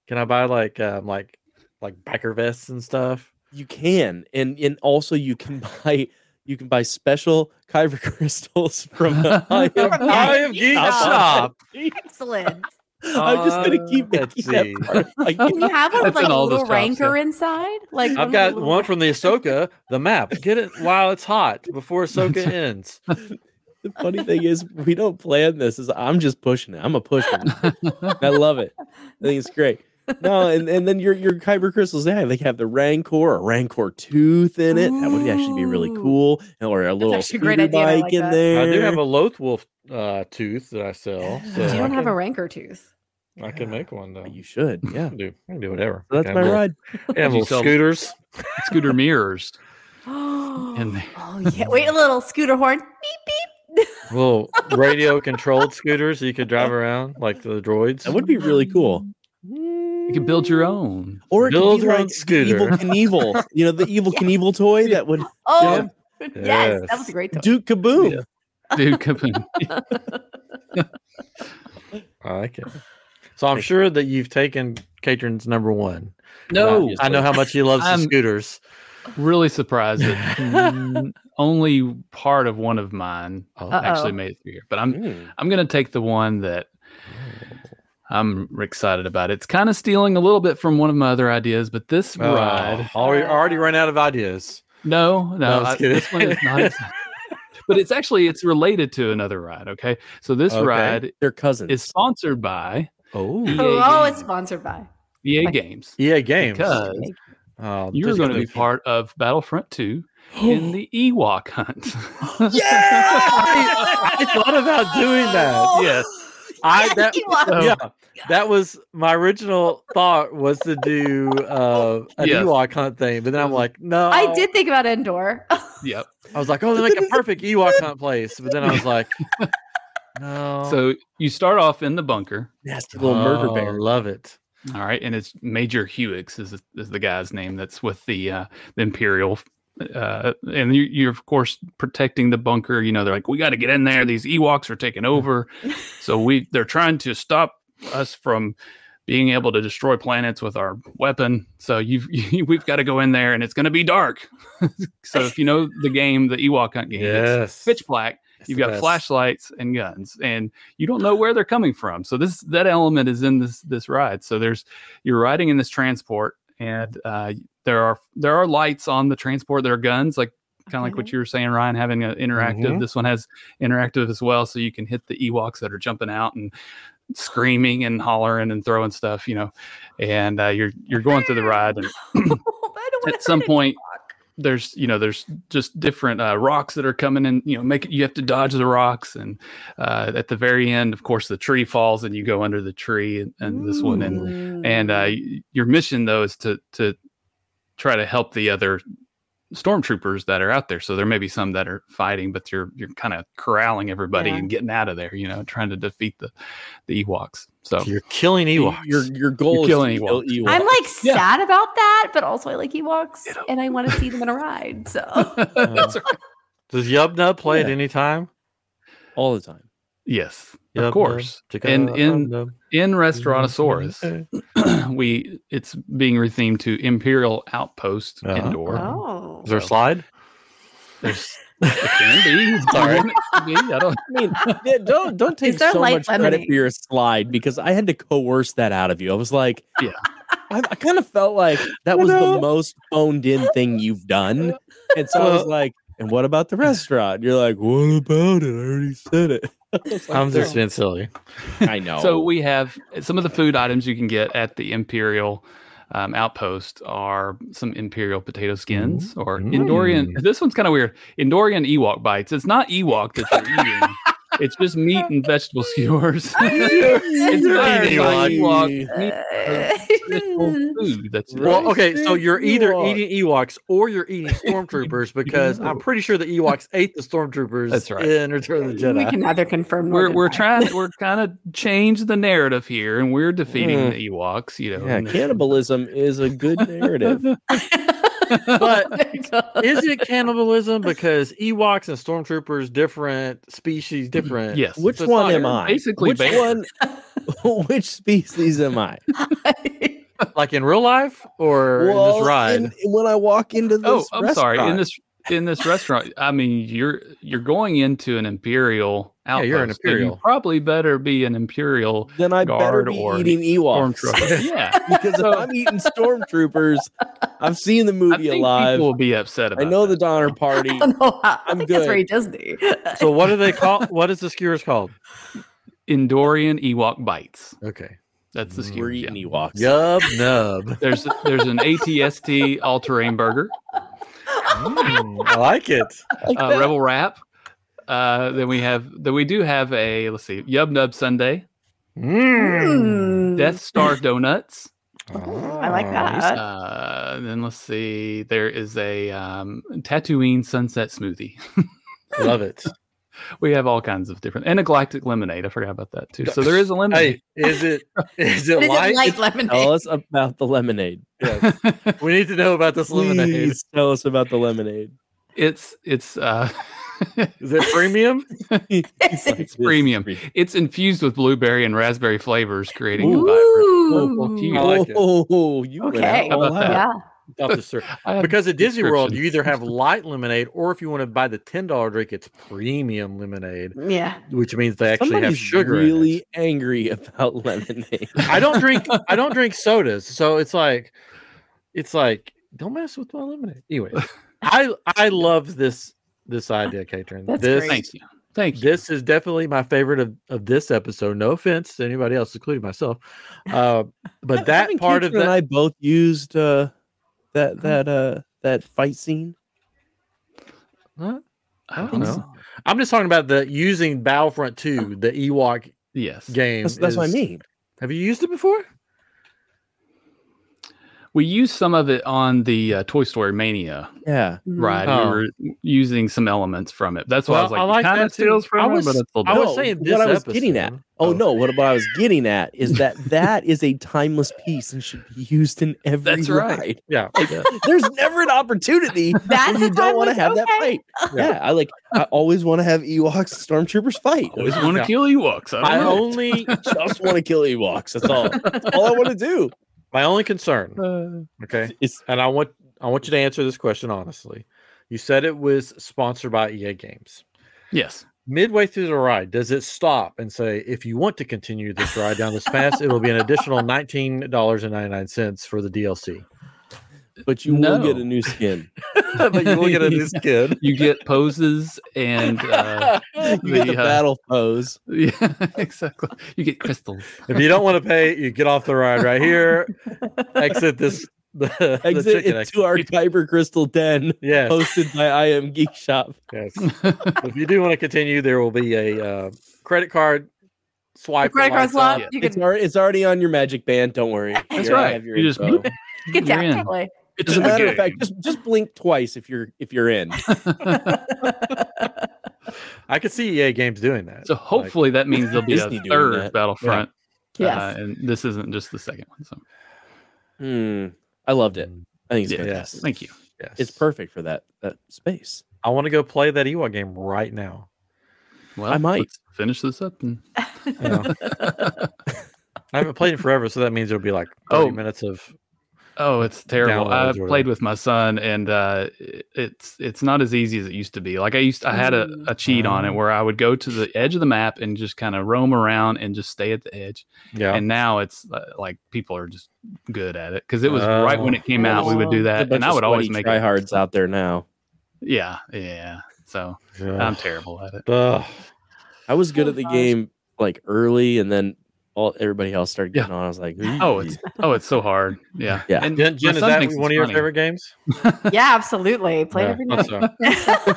Speaker 1: Can I buy like um like like biker vests and stuff?
Speaker 3: You can, and and also you can buy you can buy special kyber crystals from. the Eye of-
Speaker 4: From Eye
Speaker 1: of
Speaker 4: Geek
Speaker 3: Shop.
Speaker 4: Excellent.
Speaker 3: I'm just gonna keep
Speaker 1: Uh,
Speaker 3: making that
Speaker 1: let's
Speaker 3: part. I
Speaker 4: Do you have a,
Speaker 2: That's
Speaker 4: like
Speaker 2: in
Speaker 4: a
Speaker 2: all the
Speaker 4: little
Speaker 2: shops,
Speaker 4: ranker
Speaker 2: yeah.
Speaker 4: inside? Like
Speaker 1: I've
Speaker 4: of
Speaker 1: got
Speaker 4: little
Speaker 1: one from the Ahsoka, the map. Get it while it's hot before Ahsoka ends.
Speaker 3: The funny thing is, we don't plan this. Is I'm just pushing it. I'm a pusher. I love it. I think it's great. No, and, and then your your kyber crystals. Yeah, they have the rancor or rancor tooth in it. That would actually be really
Speaker 4: Ooh.
Speaker 3: cool. Or a little
Speaker 4: actually a
Speaker 3: scooter
Speaker 4: great idea. I
Speaker 3: bike
Speaker 4: like
Speaker 3: in
Speaker 4: that.
Speaker 1: I
Speaker 3: there.
Speaker 1: do have a Loth Wolf uh, tooth that I sell, so
Speaker 4: You
Speaker 1: I
Speaker 4: don't
Speaker 1: can,
Speaker 4: have a ranker tooth.
Speaker 1: I can make one though.
Speaker 3: You should.
Speaker 1: I
Speaker 3: Yeah.
Speaker 1: can do, I can do whatever.
Speaker 3: So that's
Speaker 1: I can
Speaker 3: my
Speaker 1: have little-
Speaker 3: ride.
Speaker 1: I can have
Speaker 2: You
Speaker 1: little
Speaker 2: sell-
Speaker 1: scooters.
Speaker 2: Scooter mirrors. there.
Speaker 4: oh yeah. Wait a little scooter horn. Beep beep.
Speaker 1: little radio controlled scooters you could drive around like the droids.
Speaker 3: That would be really cool.
Speaker 2: You can build your own.
Speaker 3: Or it could
Speaker 1: Build
Speaker 3: be
Speaker 1: your own
Speaker 3: like the evil
Speaker 1: scooter.
Speaker 3: Knievel. You know the evil
Speaker 4: Yeah.
Speaker 3: Knievel toy that would
Speaker 4: Oh yes.
Speaker 1: Yes.
Speaker 4: that was a great toy.
Speaker 3: Duke Kaboom.
Speaker 2: Yeah. Dude, Kaboom.
Speaker 1: I like it. So I'm sure that you've taken Catron's number one.
Speaker 2: no,
Speaker 1: I know how much he loves
Speaker 2: I'm-
Speaker 1: the scooters.
Speaker 2: really surprised that mm, only part of one of mine
Speaker 1: Oh,
Speaker 4: Uh,
Speaker 2: actually
Speaker 4: Uh-oh. Mm-hmm.
Speaker 2: made it through here. But I'm
Speaker 3: Mm.
Speaker 2: I'm gonna take the one that I'm excited about. It's kind of stealing a little bit from one of my other ideas, but this
Speaker 1: Oh,
Speaker 2: ride,
Speaker 1: already, already ran out of ideas.
Speaker 2: no,
Speaker 1: I
Speaker 2: no,
Speaker 1: was
Speaker 2: I-
Speaker 1: kidding.
Speaker 2: this one is not. but it's actually it's related to another ride. Okay, so this
Speaker 1: Okay.
Speaker 2: ride
Speaker 3: They're cousins.
Speaker 2: is sponsored by E
Speaker 1: Oh,
Speaker 2: Yeah.
Speaker 4: Oh,
Speaker 2: yeah,
Speaker 4: it's
Speaker 2: yeah.
Speaker 4: sponsored by.
Speaker 2: EA
Speaker 4: Like-
Speaker 2: E
Speaker 4: E
Speaker 2: Games
Speaker 1: EA Games.
Speaker 2: because
Speaker 1: Oh,
Speaker 2: you're
Speaker 1: this
Speaker 2: going to be
Speaker 1: is-
Speaker 2: part of Battlefront Two in the Ewok hunt.
Speaker 1: I thought about doing that.
Speaker 2: yes.
Speaker 1: I that
Speaker 4: you are.
Speaker 2: Oh.
Speaker 1: yeah, that was my original thought was to do uh, an
Speaker 2: Yes.
Speaker 1: Ewok hunt thing, but then I'm like, no,
Speaker 4: I did think about Endor.
Speaker 2: Yep.
Speaker 1: I was like, oh, they make a perfect Ewok hunt place, but then I was like, no.
Speaker 2: So you start off in the bunker.
Speaker 3: nasty little murder
Speaker 1: Oh,
Speaker 3: bear.
Speaker 1: Love it.
Speaker 2: All right, and it's Major Hewix is, is the guy's name that's with the uh, the Imperial, uh, and you, you're of course protecting the bunker. You know they're like, we got to get in there. These Ewoks are taking over, so we they're trying to stop us from being able to destroy planets with our weapon. So you've you, we've got to go in there, and it's going to be dark. so if you know the game, the Ewok Hunt game, it's
Speaker 1: Yes.
Speaker 2: pitch black.
Speaker 1: It's
Speaker 2: You've
Speaker 1: the
Speaker 2: got
Speaker 1: best.
Speaker 2: flashlights and guns, and you don't know where they're coming from. So this that element is in this this ride. So there's you're riding in this transport, and uh, there are there are lights on the transport. There are guns, like kind of like
Speaker 1: Mm-hmm.
Speaker 2: what you were saying, Ryan, having an interactive.
Speaker 5: Mhm.
Speaker 2: This one has interactive as well, so you can hit the Ewoks that are jumping out and screaming and hollering and throwing stuff, you know. And uh, you're you're going through the ride, and at some point there's you know there's just different uh, rocks that are coming in you know make it you have to dodge the rocks and uh, at the very end of course the tree falls and you go under the tree and, and this one and
Speaker 4: Mm.
Speaker 2: and uh, y- your mission though is to to try to help the other stormtroopers that are out there. So there may be some that are fighting, but you're you're kind of corralling everybody
Speaker 4: Yeah.
Speaker 2: and getting out of there. You know, trying to defeat the the Ewoks. So
Speaker 1: You're killing
Speaker 3: You-
Speaker 1: Ewoks.
Speaker 3: Your your goal
Speaker 2: Oh. killing
Speaker 3: is to kill
Speaker 2: Ewoks.
Speaker 3: Ewoks.
Speaker 4: I'm like
Speaker 2: Yeah.
Speaker 4: sad about that, but also I like Ewoks and I want to see them in a ride. So
Speaker 2: That's right.
Speaker 1: Uh, Does Yubna play at
Speaker 3: Yeah.
Speaker 1: any time?
Speaker 3: all the time.
Speaker 2: yes,
Speaker 1: Yubna,
Speaker 2: of course.
Speaker 1: Chicka,
Speaker 2: And in
Speaker 1: Yubna.
Speaker 2: in
Speaker 1: mm-hmm.
Speaker 2: Restaurantosaurus, we it's being rethemed to Imperial Outpost
Speaker 1: Uh-huh.
Speaker 2: Indoor.
Speaker 4: oh.
Speaker 1: is there a slide?
Speaker 2: There's, it can be.
Speaker 1: Sorry.
Speaker 2: It can be. I don't.
Speaker 3: I mean, yeah, don't don't take
Speaker 4: there
Speaker 3: so
Speaker 4: light
Speaker 3: much credit
Speaker 4: lemonade?
Speaker 3: for your slide because I had to coerce that out of you. I was like,
Speaker 2: Yeah.
Speaker 3: I, I kind of felt like that was the most phoned in thing you've done, and so I was
Speaker 2: Uh-huh.
Speaker 1: Well-
Speaker 3: like, and what about the restaurant? And you're like, what about it? I already said it. I was like,
Speaker 1: I'm just
Speaker 3: "No."
Speaker 1: being silly.
Speaker 3: I know.
Speaker 2: So we have some of the food items you can get at the Imperial um, Outpost are some Imperial potato skins
Speaker 1: Mm-hmm.
Speaker 2: or Endorian. This one's kind of weird. Endorian Ewok bites. It's not Ewok that you're eating. It's just meat and vegetable skewers.
Speaker 1: It's
Speaker 2: not
Speaker 1: Ewok.
Speaker 2: Ewok. Meat-
Speaker 4: Uh,
Speaker 2: traditional food. That's
Speaker 1: Well,
Speaker 3: Right.
Speaker 1: okay, so
Speaker 3: Big
Speaker 1: you're either
Speaker 3: Ewok.
Speaker 1: eating Ewoks or you're eating Stormtroopers because I'm pretty sure the Ewoks ate the Stormtroopers
Speaker 2: That's right.
Speaker 1: in Return of the
Speaker 4: We
Speaker 1: Jedi.
Speaker 4: can neither confirm nor
Speaker 2: we're we're
Speaker 4: deny.
Speaker 2: trying we're kind of change the narrative here, and we're defeating
Speaker 3: Mm.
Speaker 2: the Ewoks. You know,
Speaker 3: Yeah,
Speaker 2: and-
Speaker 3: cannibalism is a good narrative.
Speaker 1: But Is it cannibalism because Ewoks and Stormtroopers different species, different?
Speaker 2: yes.
Speaker 3: Which
Speaker 1: So it's
Speaker 3: one
Speaker 1: not-
Speaker 3: am I?
Speaker 2: basically
Speaker 3: which
Speaker 2: banned.
Speaker 3: one? which species am I?
Speaker 1: like in real life or in
Speaker 3: Well,
Speaker 1: this ride?
Speaker 3: in- when I walk into this,
Speaker 2: oh, I'm sorry. In
Speaker 3: restaurant,
Speaker 2: this in this restaurant, I mean, you're you're going into an imperial outpost.
Speaker 1: you're an
Speaker 2: so you
Speaker 1: imperial.
Speaker 2: probably better be an imperial
Speaker 3: then I better
Speaker 2: guard
Speaker 3: be
Speaker 2: or
Speaker 3: eating Ewoks
Speaker 2: stormtrooper. yeah,
Speaker 3: because if I'm eating stormtroopers, I've seen the
Speaker 2: I
Speaker 3: movie
Speaker 2: think
Speaker 3: alive.
Speaker 2: people will be upset
Speaker 3: I
Speaker 2: about.
Speaker 3: know the
Speaker 2: that.
Speaker 3: Donner Party.
Speaker 4: I don't know how. I
Speaker 3: I'm
Speaker 4: think that's very
Speaker 3: good.
Speaker 4: Disney.
Speaker 1: So what are they called? What is the skewers called?
Speaker 2: Endorian Ewok bites.
Speaker 1: Okay.
Speaker 2: That's the
Speaker 3: We're
Speaker 2: skewer. yeah.
Speaker 3: eating Ewoks.
Speaker 1: Yub nub.
Speaker 2: There's there's an ATST all terrain burger,
Speaker 1: Mm, I like it.
Speaker 3: Like
Speaker 2: uh,
Speaker 3: that.
Speaker 2: Rebel Wrap. Uh, then we have then we do have a let's see Yub Nub Sunday,
Speaker 4: Hmm.
Speaker 2: Death Star Donuts.
Speaker 1: Mm.
Speaker 4: I like that.
Speaker 2: Uh, then let's see. There is a um, Tatooine Sunset Smoothie.
Speaker 1: Love it.
Speaker 2: We have all kinds of different and a Galactic Lemonade. I forgot about that too. So there is a lemonade.
Speaker 1: Hey, is it is it
Speaker 4: But is it
Speaker 1: light?
Speaker 4: like lemonade?
Speaker 3: Tell us about the lemonade.
Speaker 1: We need to know about this lemonade.
Speaker 3: Please tell us about the lemonade.
Speaker 2: it's it's uh,
Speaker 1: Is it premium?
Speaker 4: Is it-
Speaker 3: It's
Speaker 2: premium. it's infused with blueberry and raspberry flavors, creating a
Speaker 3: Ooh.
Speaker 2: vibrant.
Speaker 4: Ooh.
Speaker 1: I like it.
Speaker 3: Oh, you went
Speaker 4: Okay.
Speaker 3: out
Speaker 2: How
Speaker 3: all
Speaker 2: about that?
Speaker 3: out.
Speaker 4: Yeah.
Speaker 1: Off the syrup.
Speaker 2: I have-
Speaker 1: Because at Disney World,
Speaker 2: Description.
Speaker 1: you either have light lemonade or if you want to buy the ten dollar drink, it's premium lemonade,
Speaker 4: Yeah.
Speaker 1: which means they actually have
Speaker 3: Somebody's
Speaker 1: sugar. in it.
Speaker 3: really angry about lemonade.
Speaker 1: I don't drink I don't drink sodas, so it's like it's like don't mess with my lemonade. Anyway, I I love this this idea, Catherine.
Speaker 4: That's
Speaker 1: this
Speaker 4: great.
Speaker 2: Thank you. Thank you.
Speaker 1: this is definitely my favorite of, of this episode. No offense to anybody else, including myself. Uh, but that
Speaker 3: Haven't
Speaker 1: part of
Speaker 3: Keaton and
Speaker 1: that
Speaker 3: I both used uh, that that uh that fight scene.
Speaker 2: I don't
Speaker 1: think
Speaker 2: know.
Speaker 1: so. I'm just talking about the using Battlefront 2, the Ewok
Speaker 2: Yes.
Speaker 1: game.
Speaker 3: Oh. That's, that's what I
Speaker 1: is-
Speaker 3: mean.
Speaker 1: Have you used it before?
Speaker 2: We used some of it on the uh, Toy Story Mania
Speaker 3: Yeah.
Speaker 4: Hmm.
Speaker 2: ride.
Speaker 1: Oh.
Speaker 2: We were using some elements from it. That's why I was like,
Speaker 1: Well, I
Speaker 2: it
Speaker 1: like
Speaker 2: kind of
Speaker 1: that too.
Speaker 2: steals from
Speaker 1: I
Speaker 2: it,
Speaker 1: was-
Speaker 2: but it's a little
Speaker 1: I
Speaker 2: bit-
Speaker 1: was
Speaker 3: No,
Speaker 1: saying
Speaker 3: what
Speaker 1: this
Speaker 3: I was getting at.
Speaker 1: episode.
Speaker 3: Oh, no, what what I was getting at is that that is a timeless piece and should be used in every
Speaker 2: That's right.
Speaker 3: ride.
Speaker 1: Yeah.
Speaker 3: There's never an opportunity
Speaker 4: That's
Speaker 3: when you
Speaker 4: a
Speaker 3: don't want to
Speaker 4: timeless-
Speaker 3: have that
Speaker 4: okay.
Speaker 3: fight.
Speaker 1: Yeah.
Speaker 3: Yeah. I like I always want to have Ewoks and Stormtroopers fight.
Speaker 2: always want to
Speaker 1: Yeah.
Speaker 2: kill Ewoks. I
Speaker 1: My
Speaker 2: don't know.
Speaker 1: only
Speaker 3: just want to kill Ewoks. That's all. That's all I want to do.
Speaker 1: my only concern,
Speaker 3: Uh.
Speaker 1: okay?
Speaker 3: It's
Speaker 1: And I want I want you to answer this question honestly. You said it was sponsored by EA Games.
Speaker 2: Yes.
Speaker 1: Midway through the ride, does it stop and say, if you want to continue this ride down this pass, it'll be an additional $19.99 for the DLC?
Speaker 3: but you will get
Speaker 2: No.
Speaker 3: a new skin.
Speaker 1: but you will get a new skin.
Speaker 2: You get poses and uh,
Speaker 3: you get the
Speaker 2: The, uh,
Speaker 3: battle pose.
Speaker 2: yeah, exactly. You get crystals.
Speaker 1: If you don't want to pay, you get off the ride right here. Exit this the, the
Speaker 3: Exit
Speaker 1: chicken
Speaker 3: into our Kyber Crystal Den,
Speaker 1: Yes,
Speaker 3: hosted by I Am Geek Shop.
Speaker 1: yes. if you do want to continue, there will be a uh, credit card swipe. that
Speaker 4: Credit card
Speaker 1: lights
Speaker 4: slot.
Speaker 1: up.
Speaker 4: You
Speaker 3: It's
Speaker 4: can
Speaker 3: already, it's already on your Magic Band. Don't worry.
Speaker 2: That's
Speaker 3: You're- I
Speaker 2: right.
Speaker 3: have your
Speaker 2: You just
Speaker 3: info.
Speaker 2: bloop.
Speaker 4: get
Speaker 2: You're in.
Speaker 4: that way.
Speaker 3: As
Speaker 2: It's
Speaker 3: a matter of fact, just just blink twice if you're if you're in.
Speaker 1: I could see EA games doing that.
Speaker 2: so hopefully that means there'll be
Speaker 3: Disney
Speaker 2: a
Speaker 3: doing
Speaker 2: third
Speaker 3: that.
Speaker 2: Battlefront.
Speaker 4: Yes.
Speaker 2: Uh, and this isn't just the second one. So
Speaker 3: Hmm. I loved it. I think it's
Speaker 2: Yeah.
Speaker 3: fantastic.
Speaker 2: thank you.
Speaker 1: mm, yes.
Speaker 3: It's perfect for that that space.
Speaker 1: I want to go play that Ewok game right now.
Speaker 2: Well,
Speaker 3: I might.
Speaker 2: let's finish this up. And...
Speaker 1: you know. I haven't played it forever, so that means it'll be like 30
Speaker 2: Oh.
Speaker 1: minutes of.
Speaker 2: Oh, it's terrible. I
Speaker 1: Downloads or
Speaker 2: played with my son, and uh, it- it's it's not as easy as it used to be. Like I used, I had a,
Speaker 4: Mm.
Speaker 2: a cheat on it
Speaker 1: Oh.
Speaker 2: where I would go to the edge of the map and just kind of roam around and just stay at the edge.
Speaker 1: Yeah.
Speaker 2: And now it's uh, like people are just good at it because it was right when it came out. We would do
Speaker 4: Oh.
Speaker 2: that, Uh, and I would always make it.
Speaker 3: tryhards out there now.
Speaker 2: Yeah, yeah. So I'm
Speaker 1: Ugh.
Speaker 2: terrible at it.
Speaker 1: Ugh.
Speaker 3: I was good
Speaker 4: Oh,
Speaker 3: at the
Speaker 4: gosh.
Speaker 3: game like early, and then all everybody else started
Speaker 2: Yeah.
Speaker 3: getting on. I was like,
Speaker 2: Oh, it's oh, it's so hard. Yeah,
Speaker 3: Yeah.
Speaker 2: And
Speaker 1: Jen,
Speaker 2: my
Speaker 1: Jen is
Speaker 2: son
Speaker 1: that
Speaker 2: thinks
Speaker 1: one of
Speaker 2: it's
Speaker 1: your
Speaker 2: funny.
Speaker 1: favorite games?
Speaker 4: Yeah, absolutely. Play it
Speaker 1: No,
Speaker 4: every
Speaker 1: I'm
Speaker 4: night.
Speaker 1: sorry.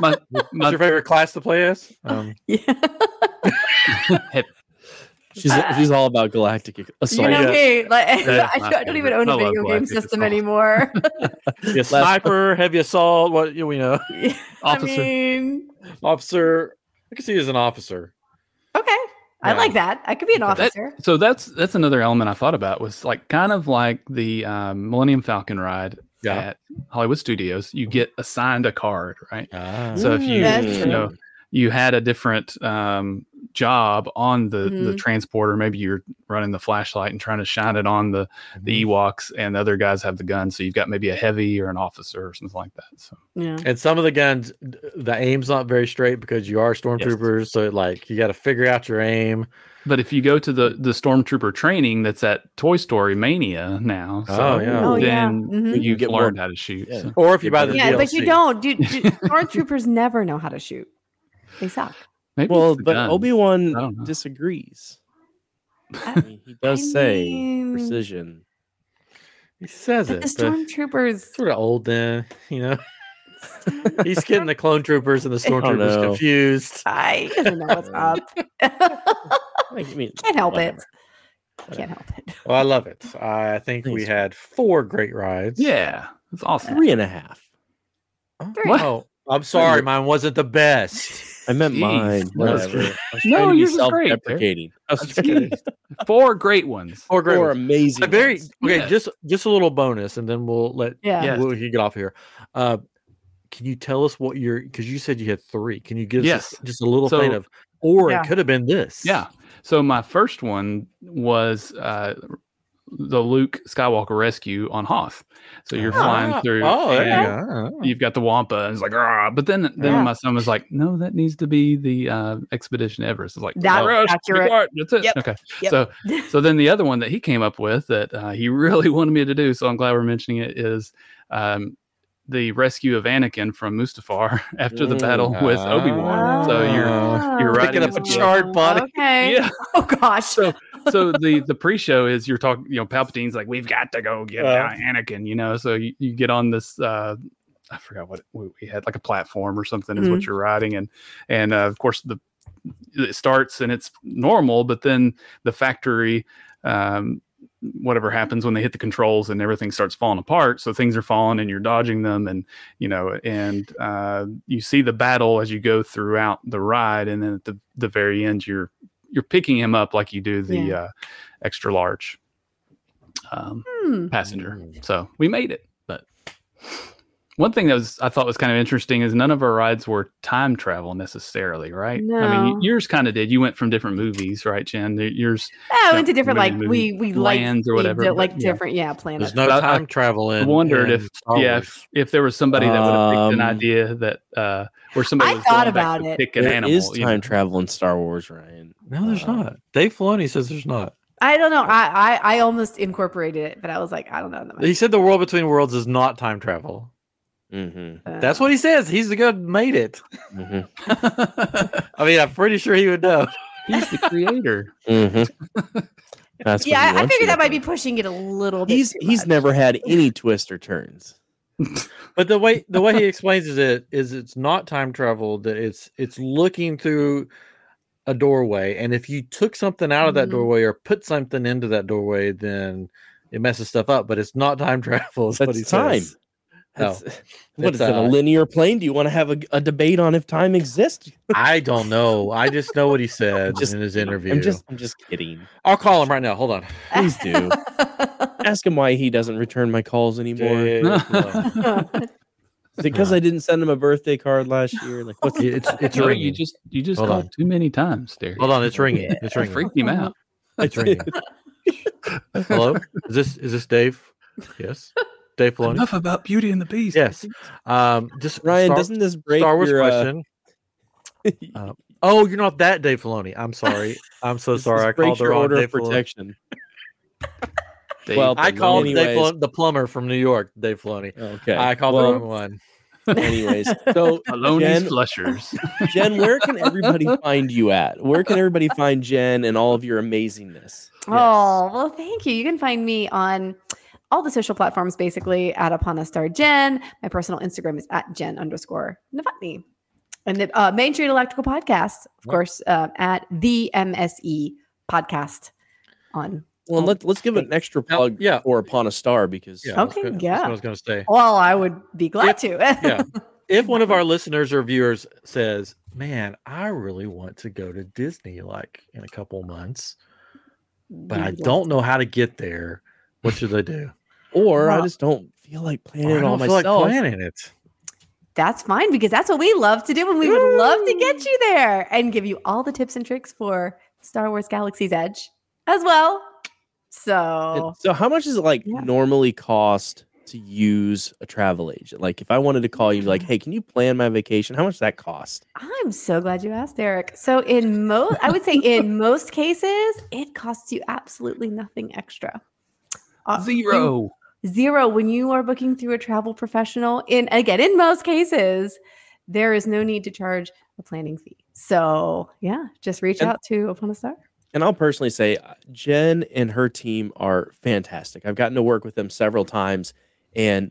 Speaker 2: My,
Speaker 1: What's
Speaker 2: my
Speaker 1: your favorite class to play as? Um,
Speaker 4: yeah.
Speaker 3: She's she's all about galactic
Speaker 4: You
Speaker 3: assault.
Speaker 4: know me. Like,
Speaker 2: Yeah,
Speaker 4: I,
Speaker 2: my
Speaker 4: don't- I don't even own a
Speaker 2: favorite. I
Speaker 4: video
Speaker 2: love
Speaker 4: game
Speaker 2: Galactic
Speaker 4: system
Speaker 2: Assault.
Speaker 4: anymore.
Speaker 1: Yeah, sniper, heavy assault, what you know,
Speaker 4: I
Speaker 2: Officer.
Speaker 4: mean,
Speaker 1: officer. I can see you as an officer.
Speaker 4: okay. I
Speaker 1: Yeah.
Speaker 4: like that. I could be an
Speaker 2: But that-
Speaker 4: officer.
Speaker 2: so that's that's another element I thought about was like kind of like the um, Millennium Falcon ride
Speaker 1: Yeah.
Speaker 2: at Hollywood Studios. You get assigned a card, right?
Speaker 1: Ah.
Speaker 2: So if you
Speaker 4: That's
Speaker 2: you
Speaker 4: true.
Speaker 2: know you had a different um, job on the the
Speaker 4: Mhm.
Speaker 2: transporter, maybe you're running the flashlight and trying to shine it on the
Speaker 3: Mm-hmm.
Speaker 2: the Ewoks, and the other guys have the gun. So you've got maybe a heavy or an officer or something like that. So
Speaker 4: yeah.
Speaker 1: and some of the guns, the aim's not very straight because you are stormtroopers. So like you got to figure out your aim.
Speaker 2: But if you go to the the stormtrooper training that's at Toy Story Mania now, so
Speaker 1: Oh, yeah.
Speaker 4: Oh, yeah.
Speaker 2: then
Speaker 4: Mhm.
Speaker 2: you've
Speaker 3: get more-
Speaker 2: learned how to shoot.
Speaker 3: Yeah.
Speaker 2: so.
Speaker 1: Or if you buy the
Speaker 4: Yeah, but you
Speaker 1: DLC.
Speaker 4: don't. Dude, dude, stormtroopers never know how to shoot. They suck.
Speaker 2: Maybe
Speaker 3: Well,
Speaker 2: it's the
Speaker 3: but
Speaker 2: gun.
Speaker 3: Obi Wan
Speaker 2: I don't know.
Speaker 3: disagrees.
Speaker 4: I-
Speaker 3: I mean, he does
Speaker 4: I
Speaker 3: say
Speaker 4: mean,
Speaker 3: precision.
Speaker 1: He says
Speaker 4: But
Speaker 1: it.
Speaker 4: the
Speaker 1: but
Speaker 4: stormtroopers.
Speaker 1: sort of old then, you know. Oh, He's getting the clone troopers and the
Speaker 3: don't
Speaker 1: stormtroopers
Speaker 3: know.
Speaker 1: confused.
Speaker 4: I he doesn't know what's up.
Speaker 3: Like, I mean,
Speaker 4: Can't help it.
Speaker 3: whatever.
Speaker 4: Can't help it.
Speaker 1: Well, Oh, I love it. I think we
Speaker 3: Thanks.
Speaker 1: had four great rides.
Speaker 2: yeah, that's awesome.
Speaker 3: Three and a half.
Speaker 4: Three.
Speaker 2: What?
Speaker 1: Oh, I'm sorry, mine wasn't the best.
Speaker 3: I meant
Speaker 2: Jeez,
Speaker 3: mine.
Speaker 2: that was
Speaker 3: Whatever. I was
Speaker 2: No,
Speaker 3: trying to be
Speaker 2: yours is great, Derek.
Speaker 3: self-deprecating.
Speaker 2: Jeez. Four great ones.
Speaker 1: Four great.
Speaker 3: Or
Speaker 1: ones.
Speaker 3: amazing.
Speaker 1: A very
Speaker 3: ones.
Speaker 1: okay.
Speaker 2: Yes.
Speaker 1: Just just a little bonus, and then we'll let
Speaker 4: Yeah.
Speaker 2: Yeah. Yes.
Speaker 1: we'll, you get off here. Uh, can you tell us what your? Because you said you had three. Can you give us
Speaker 2: Yes.
Speaker 1: just a little
Speaker 2: So-
Speaker 1: thing of? Or
Speaker 4: Yeah.
Speaker 1: it could have been this.
Speaker 2: Yeah. So my first one was uh, the Luke Skywalker rescue on Hoth. So you're
Speaker 1: Ah,
Speaker 2: flying through.
Speaker 1: Oh, there
Speaker 2: and
Speaker 1: you go.
Speaker 2: You've got the Wampa, and it's like, ah. But then, then
Speaker 4: Yeah.
Speaker 2: my son was like, no, that needs to be the uh, Expedition Everest. It's like,
Speaker 4: That's
Speaker 2: "Rush, be
Speaker 4: accurate.
Speaker 2: quiet, That's it.
Speaker 4: Yep.
Speaker 2: Okay.
Speaker 4: Yep.
Speaker 2: So, so then the other one that he came up with that uh, he really wanted me to do, so I'm glad we're mentioning it, is um, the rescue of Anakin from Mustafar after the
Speaker 3: Mm.
Speaker 2: battle with Obi Wan. So you're
Speaker 1: you're-
Speaker 2: you're
Speaker 1: riding Picking up a as a- charred body.
Speaker 4: Oh. Okay.
Speaker 2: Yeah.
Speaker 4: Oh gosh.
Speaker 2: So- so the the pre-show is you're talking you know palpatine's like we've got to go get
Speaker 1: Yeah.
Speaker 2: uh, anakin you know so you, you get on this uh i forgot what we we had like a platform or something is what you're riding and and uh, of course the it starts and it's normal but then the factory um whatever happens when they hit the controls and everything starts falling apart so things are falling and you're dodging them and you know and uh you see the battle as you go throughout the ride and then at the, the very end you're you're picking him up like you do the
Speaker 4: Yeah.
Speaker 2: uh, extra large um,
Speaker 4: Hmm.
Speaker 2: passenger.
Speaker 1: Mm.
Speaker 2: So we made it. But one thing that was I thought was kind of interesting is none of our rides were time travel necessarily, right? I mean,
Speaker 4: No.
Speaker 2: y- yours kind of did. You went from different movies, right, Jen? Y- Yours
Speaker 4: Oh,
Speaker 2: Yeah,
Speaker 4: into different like
Speaker 2: maybe
Speaker 4: we we like
Speaker 2: lands or
Speaker 4: we
Speaker 2: whatever,
Speaker 4: did,
Speaker 2: but
Speaker 4: like
Speaker 2: yeah.
Speaker 4: different yeah planets.
Speaker 1: There's no
Speaker 2: But I- I
Speaker 1: time travel in.
Speaker 2: wondered
Speaker 1: in
Speaker 2: if
Speaker 1: Star
Speaker 2: yeah,
Speaker 1: Wars.
Speaker 2: if, if there was somebody that would have picked an
Speaker 3: Um,
Speaker 2: idea that uh, where somebody
Speaker 4: I
Speaker 2: was
Speaker 4: thought
Speaker 2: going back
Speaker 4: about
Speaker 2: to
Speaker 4: it.
Speaker 2: pick an
Speaker 3: There
Speaker 2: animal.
Speaker 3: is
Speaker 2: you
Speaker 3: time
Speaker 2: know?
Speaker 3: travel in Star Wars, Ryan.
Speaker 1: No, there's
Speaker 3: Uh,
Speaker 1: not. Dave Filoni says there's not.
Speaker 4: I don't know. I, I I almost incorporated it, but I was like, I don't know. That
Speaker 1: He said the world between worlds is not time travel. Mm-hmm,
Speaker 3: Mhm,
Speaker 4: might-
Speaker 1: That's what he says. He's the guy who made it.
Speaker 3: mhm,
Speaker 1: I mean, I'm pretty sure he would know.
Speaker 2: He's the creator.
Speaker 1: mm-hmm.
Speaker 3: mhm. Mm-hmm. That's what
Speaker 4: yeah,
Speaker 3: he
Speaker 4: I, I
Speaker 3: wants you
Speaker 4: figured that
Speaker 3: to
Speaker 4: might be
Speaker 3: think.
Speaker 4: pushing it a little bit.
Speaker 3: He's
Speaker 4: too
Speaker 3: he's
Speaker 4: much.
Speaker 3: never had any twists or turns.
Speaker 1: But the way the way he explains it is- is it's not time travel. That it's it's looking through a doorway, and if you took something out of that
Speaker 4: Mhm.
Speaker 1: doorway or put something into that doorway, then it messes stuff up. But it's not time travel. Is what
Speaker 3: That's
Speaker 1: he
Speaker 3: time.
Speaker 1: says.
Speaker 3: That's, what
Speaker 1: It's,
Speaker 3: is it? A
Speaker 1: uh,
Speaker 3: linear plane? Do you want to have a, a debate on if time exists?
Speaker 1: I don't know. I just know what he said
Speaker 3: just
Speaker 1: in his interview.
Speaker 3: I'm just I'm just kidding.
Speaker 1: I'll call him right now. Hold on.
Speaker 3: Please do. Ask him why he doesn't return my calls anymore.
Speaker 1: Yeah, yeah, yeah.
Speaker 3: Is it because I didn't send him a birthday card last year? Like what's
Speaker 1: it's it's
Speaker 2: No,
Speaker 1: ringing.
Speaker 2: you just you just
Speaker 1: Hold
Speaker 2: called
Speaker 1: on.
Speaker 2: too many times, Derek.
Speaker 1: Hold on, it's ringing. It's
Speaker 2: I
Speaker 1: ringing.
Speaker 2: freaked him out.
Speaker 1: It's ringing. Hello, is this is this Dave? Yes, Dave Filoni.
Speaker 2: Enough about Beauty and the Beast.
Speaker 1: Yes. Um, just
Speaker 3: Ryan?
Speaker 1: Star,
Speaker 3: doesn't this break
Speaker 1: Star Wars
Speaker 3: your, uh,
Speaker 1: question? Oh, you're not that Dave Filoni. I'm sorry. I'm so
Speaker 3: does this
Speaker 1: sorry. I
Speaker 3: break
Speaker 1: called the
Speaker 3: your
Speaker 1: wrong
Speaker 3: order
Speaker 1: Dave
Speaker 3: of
Speaker 1: Filoni.
Speaker 3: protection?
Speaker 2: Dave
Speaker 3: Well,
Speaker 1: I
Speaker 3: Filoni.
Speaker 1: called Dave
Speaker 3: Anyways.
Speaker 1: Filoni, the plumber from New York. Dave Filoni.
Speaker 3: Oh, Okay.
Speaker 1: I called
Speaker 3: Well,
Speaker 1: the wrong one.
Speaker 3: Anyways, so
Speaker 2: Maloney's
Speaker 3: Jen-
Speaker 2: Flushers.
Speaker 3: Jen, where can everybody find you at? Where can everybody find Jen and all of your amazingness?
Speaker 4: Oh, well, thank you. You can find me on all the social platforms basically at Upon a Star Jen. My personal Instagram is at Jen underscore Novotny. And the uh, Main Street Electrical Podcast, of course, uh, at the MSE podcast on.
Speaker 3: Well, and let, let's give it an extra
Speaker 1: Now-
Speaker 3: plug
Speaker 1: yeah.
Speaker 3: for Upon a Star because
Speaker 1: Yeah, that's
Speaker 4: Okay,
Speaker 1: good. That's
Speaker 4: yeah.
Speaker 1: what I was going to
Speaker 3: Oh,
Speaker 1: say.
Speaker 4: Well, I would be glad to.
Speaker 1: yeah. If one of our listeners or viewers says, "Man, I really want to go to Disney like in a couple months, but I don't know how to get there," what should they do?
Speaker 3: or I
Speaker 4: Well-
Speaker 3: just don't feel like planning
Speaker 1: Or I
Speaker 3: it all
Speaker 1: don't feel like
Speaker 3: myself.
Speaker 1: planning it.
Speaker 4: That's fine because that's what we love to do, and we would love to get you there and give you all the tips and tricks for Star Wars Galaxy's Edge as well. So
Speaker 3: And So how much does it like
Speaker 4: Oh. Yeah.
Speaker 3: normally cost to use a travel agent? Like if I wanted to call you like,
Speaker 4: Mm.
Speaker 3: hey, can you plan my vacation? How much does that cost?
Speaker 4: I'm so glad you asked, Eric. So in most, I would say in most cases, it costs you absolutely nothing extra. Uh,
Speaker 2: Zero.
Speaker 4: zero when you are booking through a travel professional in again in most cases there is no need to charge a planning fee so yeah just reach
Speaker 3: And-
Speaker 4: out to upon a star
Speaker 3: And I'll personally say uh, Jen and her team are fantastic. I've gotten to work with them several times and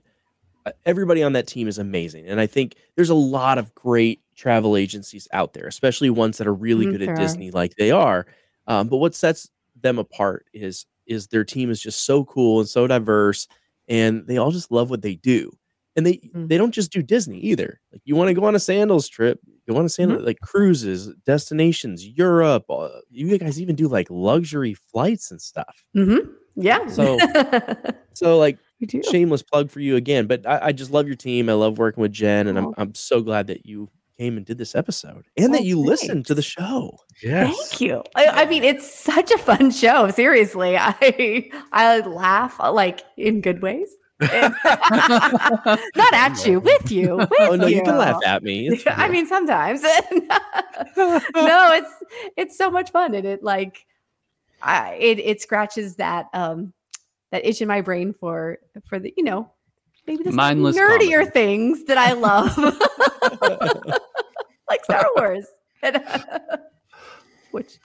Speaker 3: uh, everybody on that team is amazing. And I think there's a lot of great travel agencies out there, especially ones that are really
Speaker 4: Mhm,
Speaker 3: good
Speaker 4: there
Speaker 3: at
Speaker 4: are.
Speaker 3: Disney like they are. Um, but what sets them apart is is their team is just so cool and so diverse and they all just love what they do. And they
Speaker 4: Mm.
Speaker 3: they don't just do Disney either. Like you want to go on a sandals trip, you want to sandal like cruises, destinations, Europe. uh, You guys even do like luxury flights and stuff.
Speaker 4: mm-hmm. yeah
Speaker 3: So so like
Speaker 4: you do
Speaker 3: shameless plug for you again. But I, I just love your team. I love working with Jen, and
Speaker 4: Aw.
Speaker 3: I'm I'm so glad that you came and did this episode and
Speaker 4: Well,
Speaker 3: that Oh, you listened to the show.
Speaker 1: Yes.
Speaker 4: Thank you. I, I mean, it's such a fun show. Seriously, I I laugh uh, like in good ways. Not at you, with you. With
Speaker 3: Oh no, you can laugh at me. It's
Speaker 4: I
Speaker 3: fine.
Speaker 4: mean, sometimes. no, it's it's so much fun, and it like, I it it scratches that um that itch in my brain for for the you know maybe the slightly
Speaker 2: Mindless
Speaker 4: nerdier
Speaker 2: comedy.
Speaker 4: things that I love, like Star Wars, And, which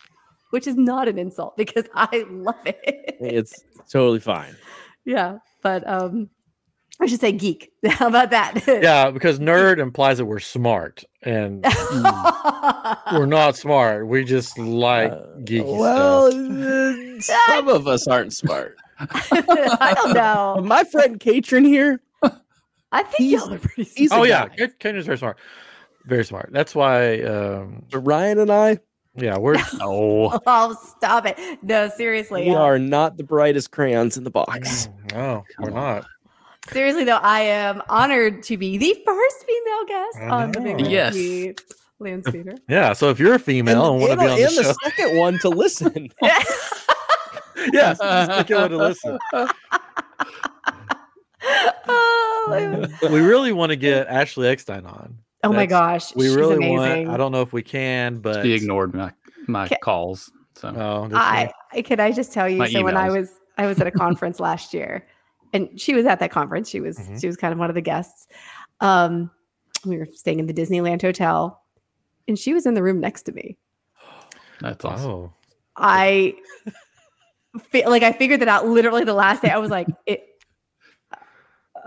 Speaker 4: which is not an insult because I love it.
Speaker 3: it's totally fine.
Speaker 4: yeah, but um, I should say geek. How about that?
Speaker 1: Yeah, because nerd implies that we're smart, and we're not smart. We just like
Speaker 3: Uh,
Speaker 1: geeky
Speaker 3: well,
Speaker 1: stuff.
Speaker 3: uh, some of us aren't smart.
Speaker 4: I don't
Speaker 3: But
Speaker 4: know.
Speaker 3: Uh, my friend Katrin here,
Speaker 4: I think
Speaker 3: He's-
Speaker 4: y'all are pretty.
Speaker 3: he's
Speaker 4: smart.
Speaker 1: Oh
Speaker 3: a
Speaker 1: yeah,
Speaker 3: guy.
Speaker 1: Ken- Ken is very smart. Very smart. That's why. Um,
Speaker 3: Ryan and I,
Speaker 1: yeah, we're
Speaker 2: No.
Speaker 4: Oh, stop it! No, seriously.
Speaker 3: we
Speaker 4: uh,
Speaker 3: are not the brightest crayons in the box.
Speaker 1: Mm, no, we're
Speaker 2: Come on.
Speaker 1: not.
Speaker 4: Seriously though, I am honored to be the first female guest
Speaker 1: I
Speaker 4: on the
Speaker 1: know.
Speaker 4: Big Movie
Speaker 2: Yes.
Speaker 4: Land Speeder.
Speaker 1: Yeah, so if you're a female and, want to be on
Speaker 3: and
Speaker 1: the
Speaker 3: the
Speaker 1: show,
Speaker 3: second one to listen.
Speaker 1: yes, stick it with a listen.
Speaker 4: oh, it was-
Speaker 1: We really want to get Ashley Eckstein on.
Speaker 4: oh my
Speaker 1: That's-
Speaker 4: gosh,
Speaker 1: We
Speaker 4: she's
Speaker 1: really
Speaker 4: amazing.
Speaker 1: want. I don't know if we can, but
Speaker 2: She ignored my my
Speaker 4: Ca-
Speaker 2: calls. So
Speaker 1: Oh, did she?
Speaker 4: I, I can I just tell you?
Speaker 2: My
Speaker 4: so when I
Speaker 2: emails.
Speaker 4: was I was at a conference last year, and she was at that conference. She was
Speaker 1: Mhm.
Speaker 4: she was kind of one of the guests. Um, we were staying in the Disneyland hotel, and she was in the room next to me.
Speaker 2: that's awesome.
Speaker 1: oh,
Speaker 4: I fi- like I figured that out literally the last day. I was like, it.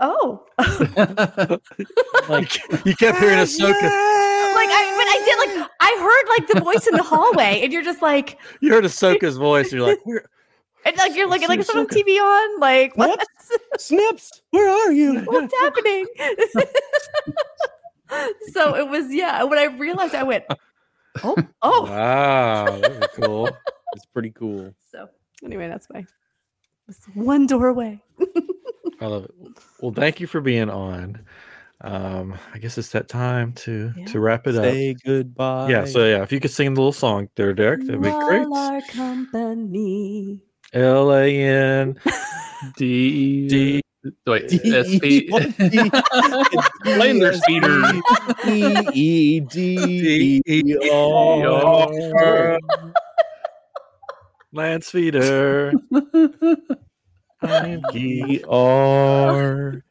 Speaker 4: Oh, like
Speaker 1: like you kept hearing Ahsoka.
Speaker 4: I, but I did like I heard like the voice in the hallway, and you're just like,
Speaker 1: You heard Ahsoka's voice. You're like, where?
Speaker 4: and like you're looking like is someone
Speaker 1: Ahsoka.
Speaker 4: TV on, like
Speaker 3: What?
Speaker 4: what's
Speaker 3: Snips, where are you?
Speaker 4: what's happening? so it was yeah. When I realized, I went, oh, oh.
Speaker 1: Wow, that'd be cool.
Speaker 3: It's pretty cool.
Speaker 4: So anyway, that's why. This one doorway.
Speaker 1: I love it. Well, thank you for being on. Um, I guess it's that time to
Speaker 4: Yeah.
Speaker 1: to wrap it up.
Speaker 3: Say goodbye.
Speaker 1: Yeah. So yeah, if you could sing the little song there, Derek, that'd be great.
Speaker 4: While Our company.
Speaker 1: L A N
Speaker 2: D
Speaker 1: D. E
Speaker 2: wait
Speaker 3: D-
Speaker 2: S P Lander Speeder.
Speaker 3: E E D E R.
Speaker 1: R. Lance Feeder. I'm geek.
Speaker 3: E R.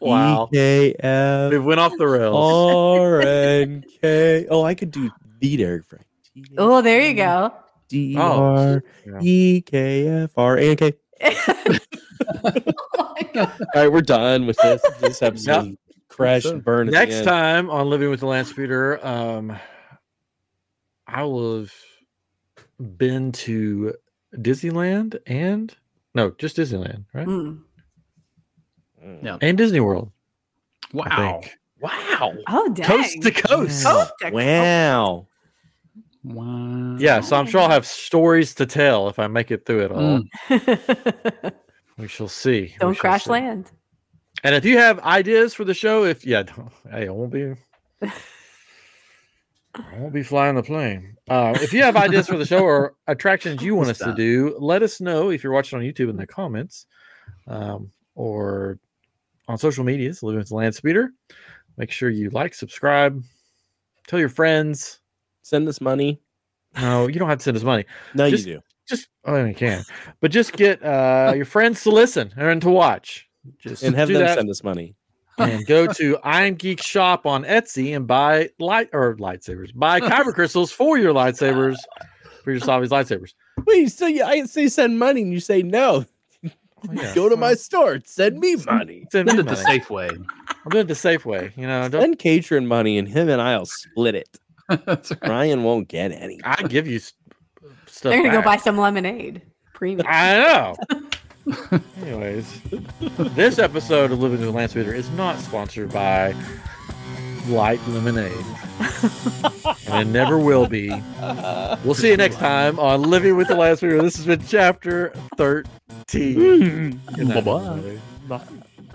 Speaker 1: Wow.
Speaker 3: E K F
Speaker 1: It went off the rails.
Speaker 3: R N K. Oh, I could do the Derek Frank.
Speaker 4: Oh, there you go.
Speaker 3: D
Speaker 1: Oh.
Speaker 3: R E K F R A N K.
Speaker 4: Oh my God.
Speaker 3: All right, we're done with this. This episode crash
Speaker 1: So,
Speaker 3: and burn. at the
Speaker 1: Next
Speaker 3: end.
Speaker 1: time on Living with the Lance Feeder, um, I will have been to Disneyland and no, just Disneyland, right?
Speaker 4: Mm.
Speaker 3: Mm.
Speaker 2: Yeah.
Speaker 1: And Disney World. I
Speaker 2: Wow.
Speaker 1: think.
Speaker 3: Wow.
Speaker 4: Oh, dang.
Speaker 1: Coast to coast.
Speaker 4: Coast to
Speaker 3: Wow.
Speaker 2: Wow.
Speaker 1: Yeah, so I'm sure I'll have stories to tell if I make it through it all.
Speaker 2: Mm.
Speaker 4: coast.
Speaker 1: We shall see. We
Speaker 4: Don't
Speaker 1: shall
Speaker 4: crash
Speaker 1: see.
Speaker 4: land.
Speaker 1: And if you have ideas for the show, if yeah, don't, hey, I won't be. I won't be flying the plane. Uh, if you have ideas for the show or attractions you want us to
Speaker 2: Stop.
Speaker 1: do, let us know if you're watching on YouTube in the comments um, or on social medias, Living with the Land Speeder. Make sure you like, subscribe, tell your friends.
Speaker 3: Send us money.
Speaker 1: No, you don't have to send us money.
Speaker 3: No,
Speaker 1: Just-
Speaker 3: you do.
Speaker 1: Just, I mean, you can, but just get uh, your friends to listen and to watch. Just
Speaker 3: And have
Speaker 1: do
Speaker 3: them
Speaker 1: that.
Speaker 3: send us money.
Speaker 1: and go to I'm Geek Shop on Etsy and buy light or lightsabers. Buy kyber crystals for your lightsabers, for your Savi's lightsabers.
Speaker 3: Wait, so you, I say send money and you say no.
Speaker 1: Oh, yeah.
Speaker 3: Go to my store. Send me money.
Speaker 1: Send me
Speaker 2: Send it the
Speaker 1: money.
Speaker 2: Safeway.
Speaker 1: I'm doing it the safe way. You know, don't
Speaker 3: Send Katrin money and him and I'll split it.
Speaker 2: That's right.
Speaker 3: Ryan won't get any.
Speaker 1: I give you s- uh, stuff?
Speaker 4: They're gonna go buy
Speaker 1: back.
Speaker 4: some lemonade. Premium.
Speaker 1: I know. Anyways, this episode of Living to the Land Speeder is not sponsored by Light Lemonade, and it never will be. We'll see you next time on Living with the Land Speeder. This has been Chapter Thirteen. Good night,
Speaker 2: Bye-bye.
Speaker 1: everybody.
Speaker 5: Bye.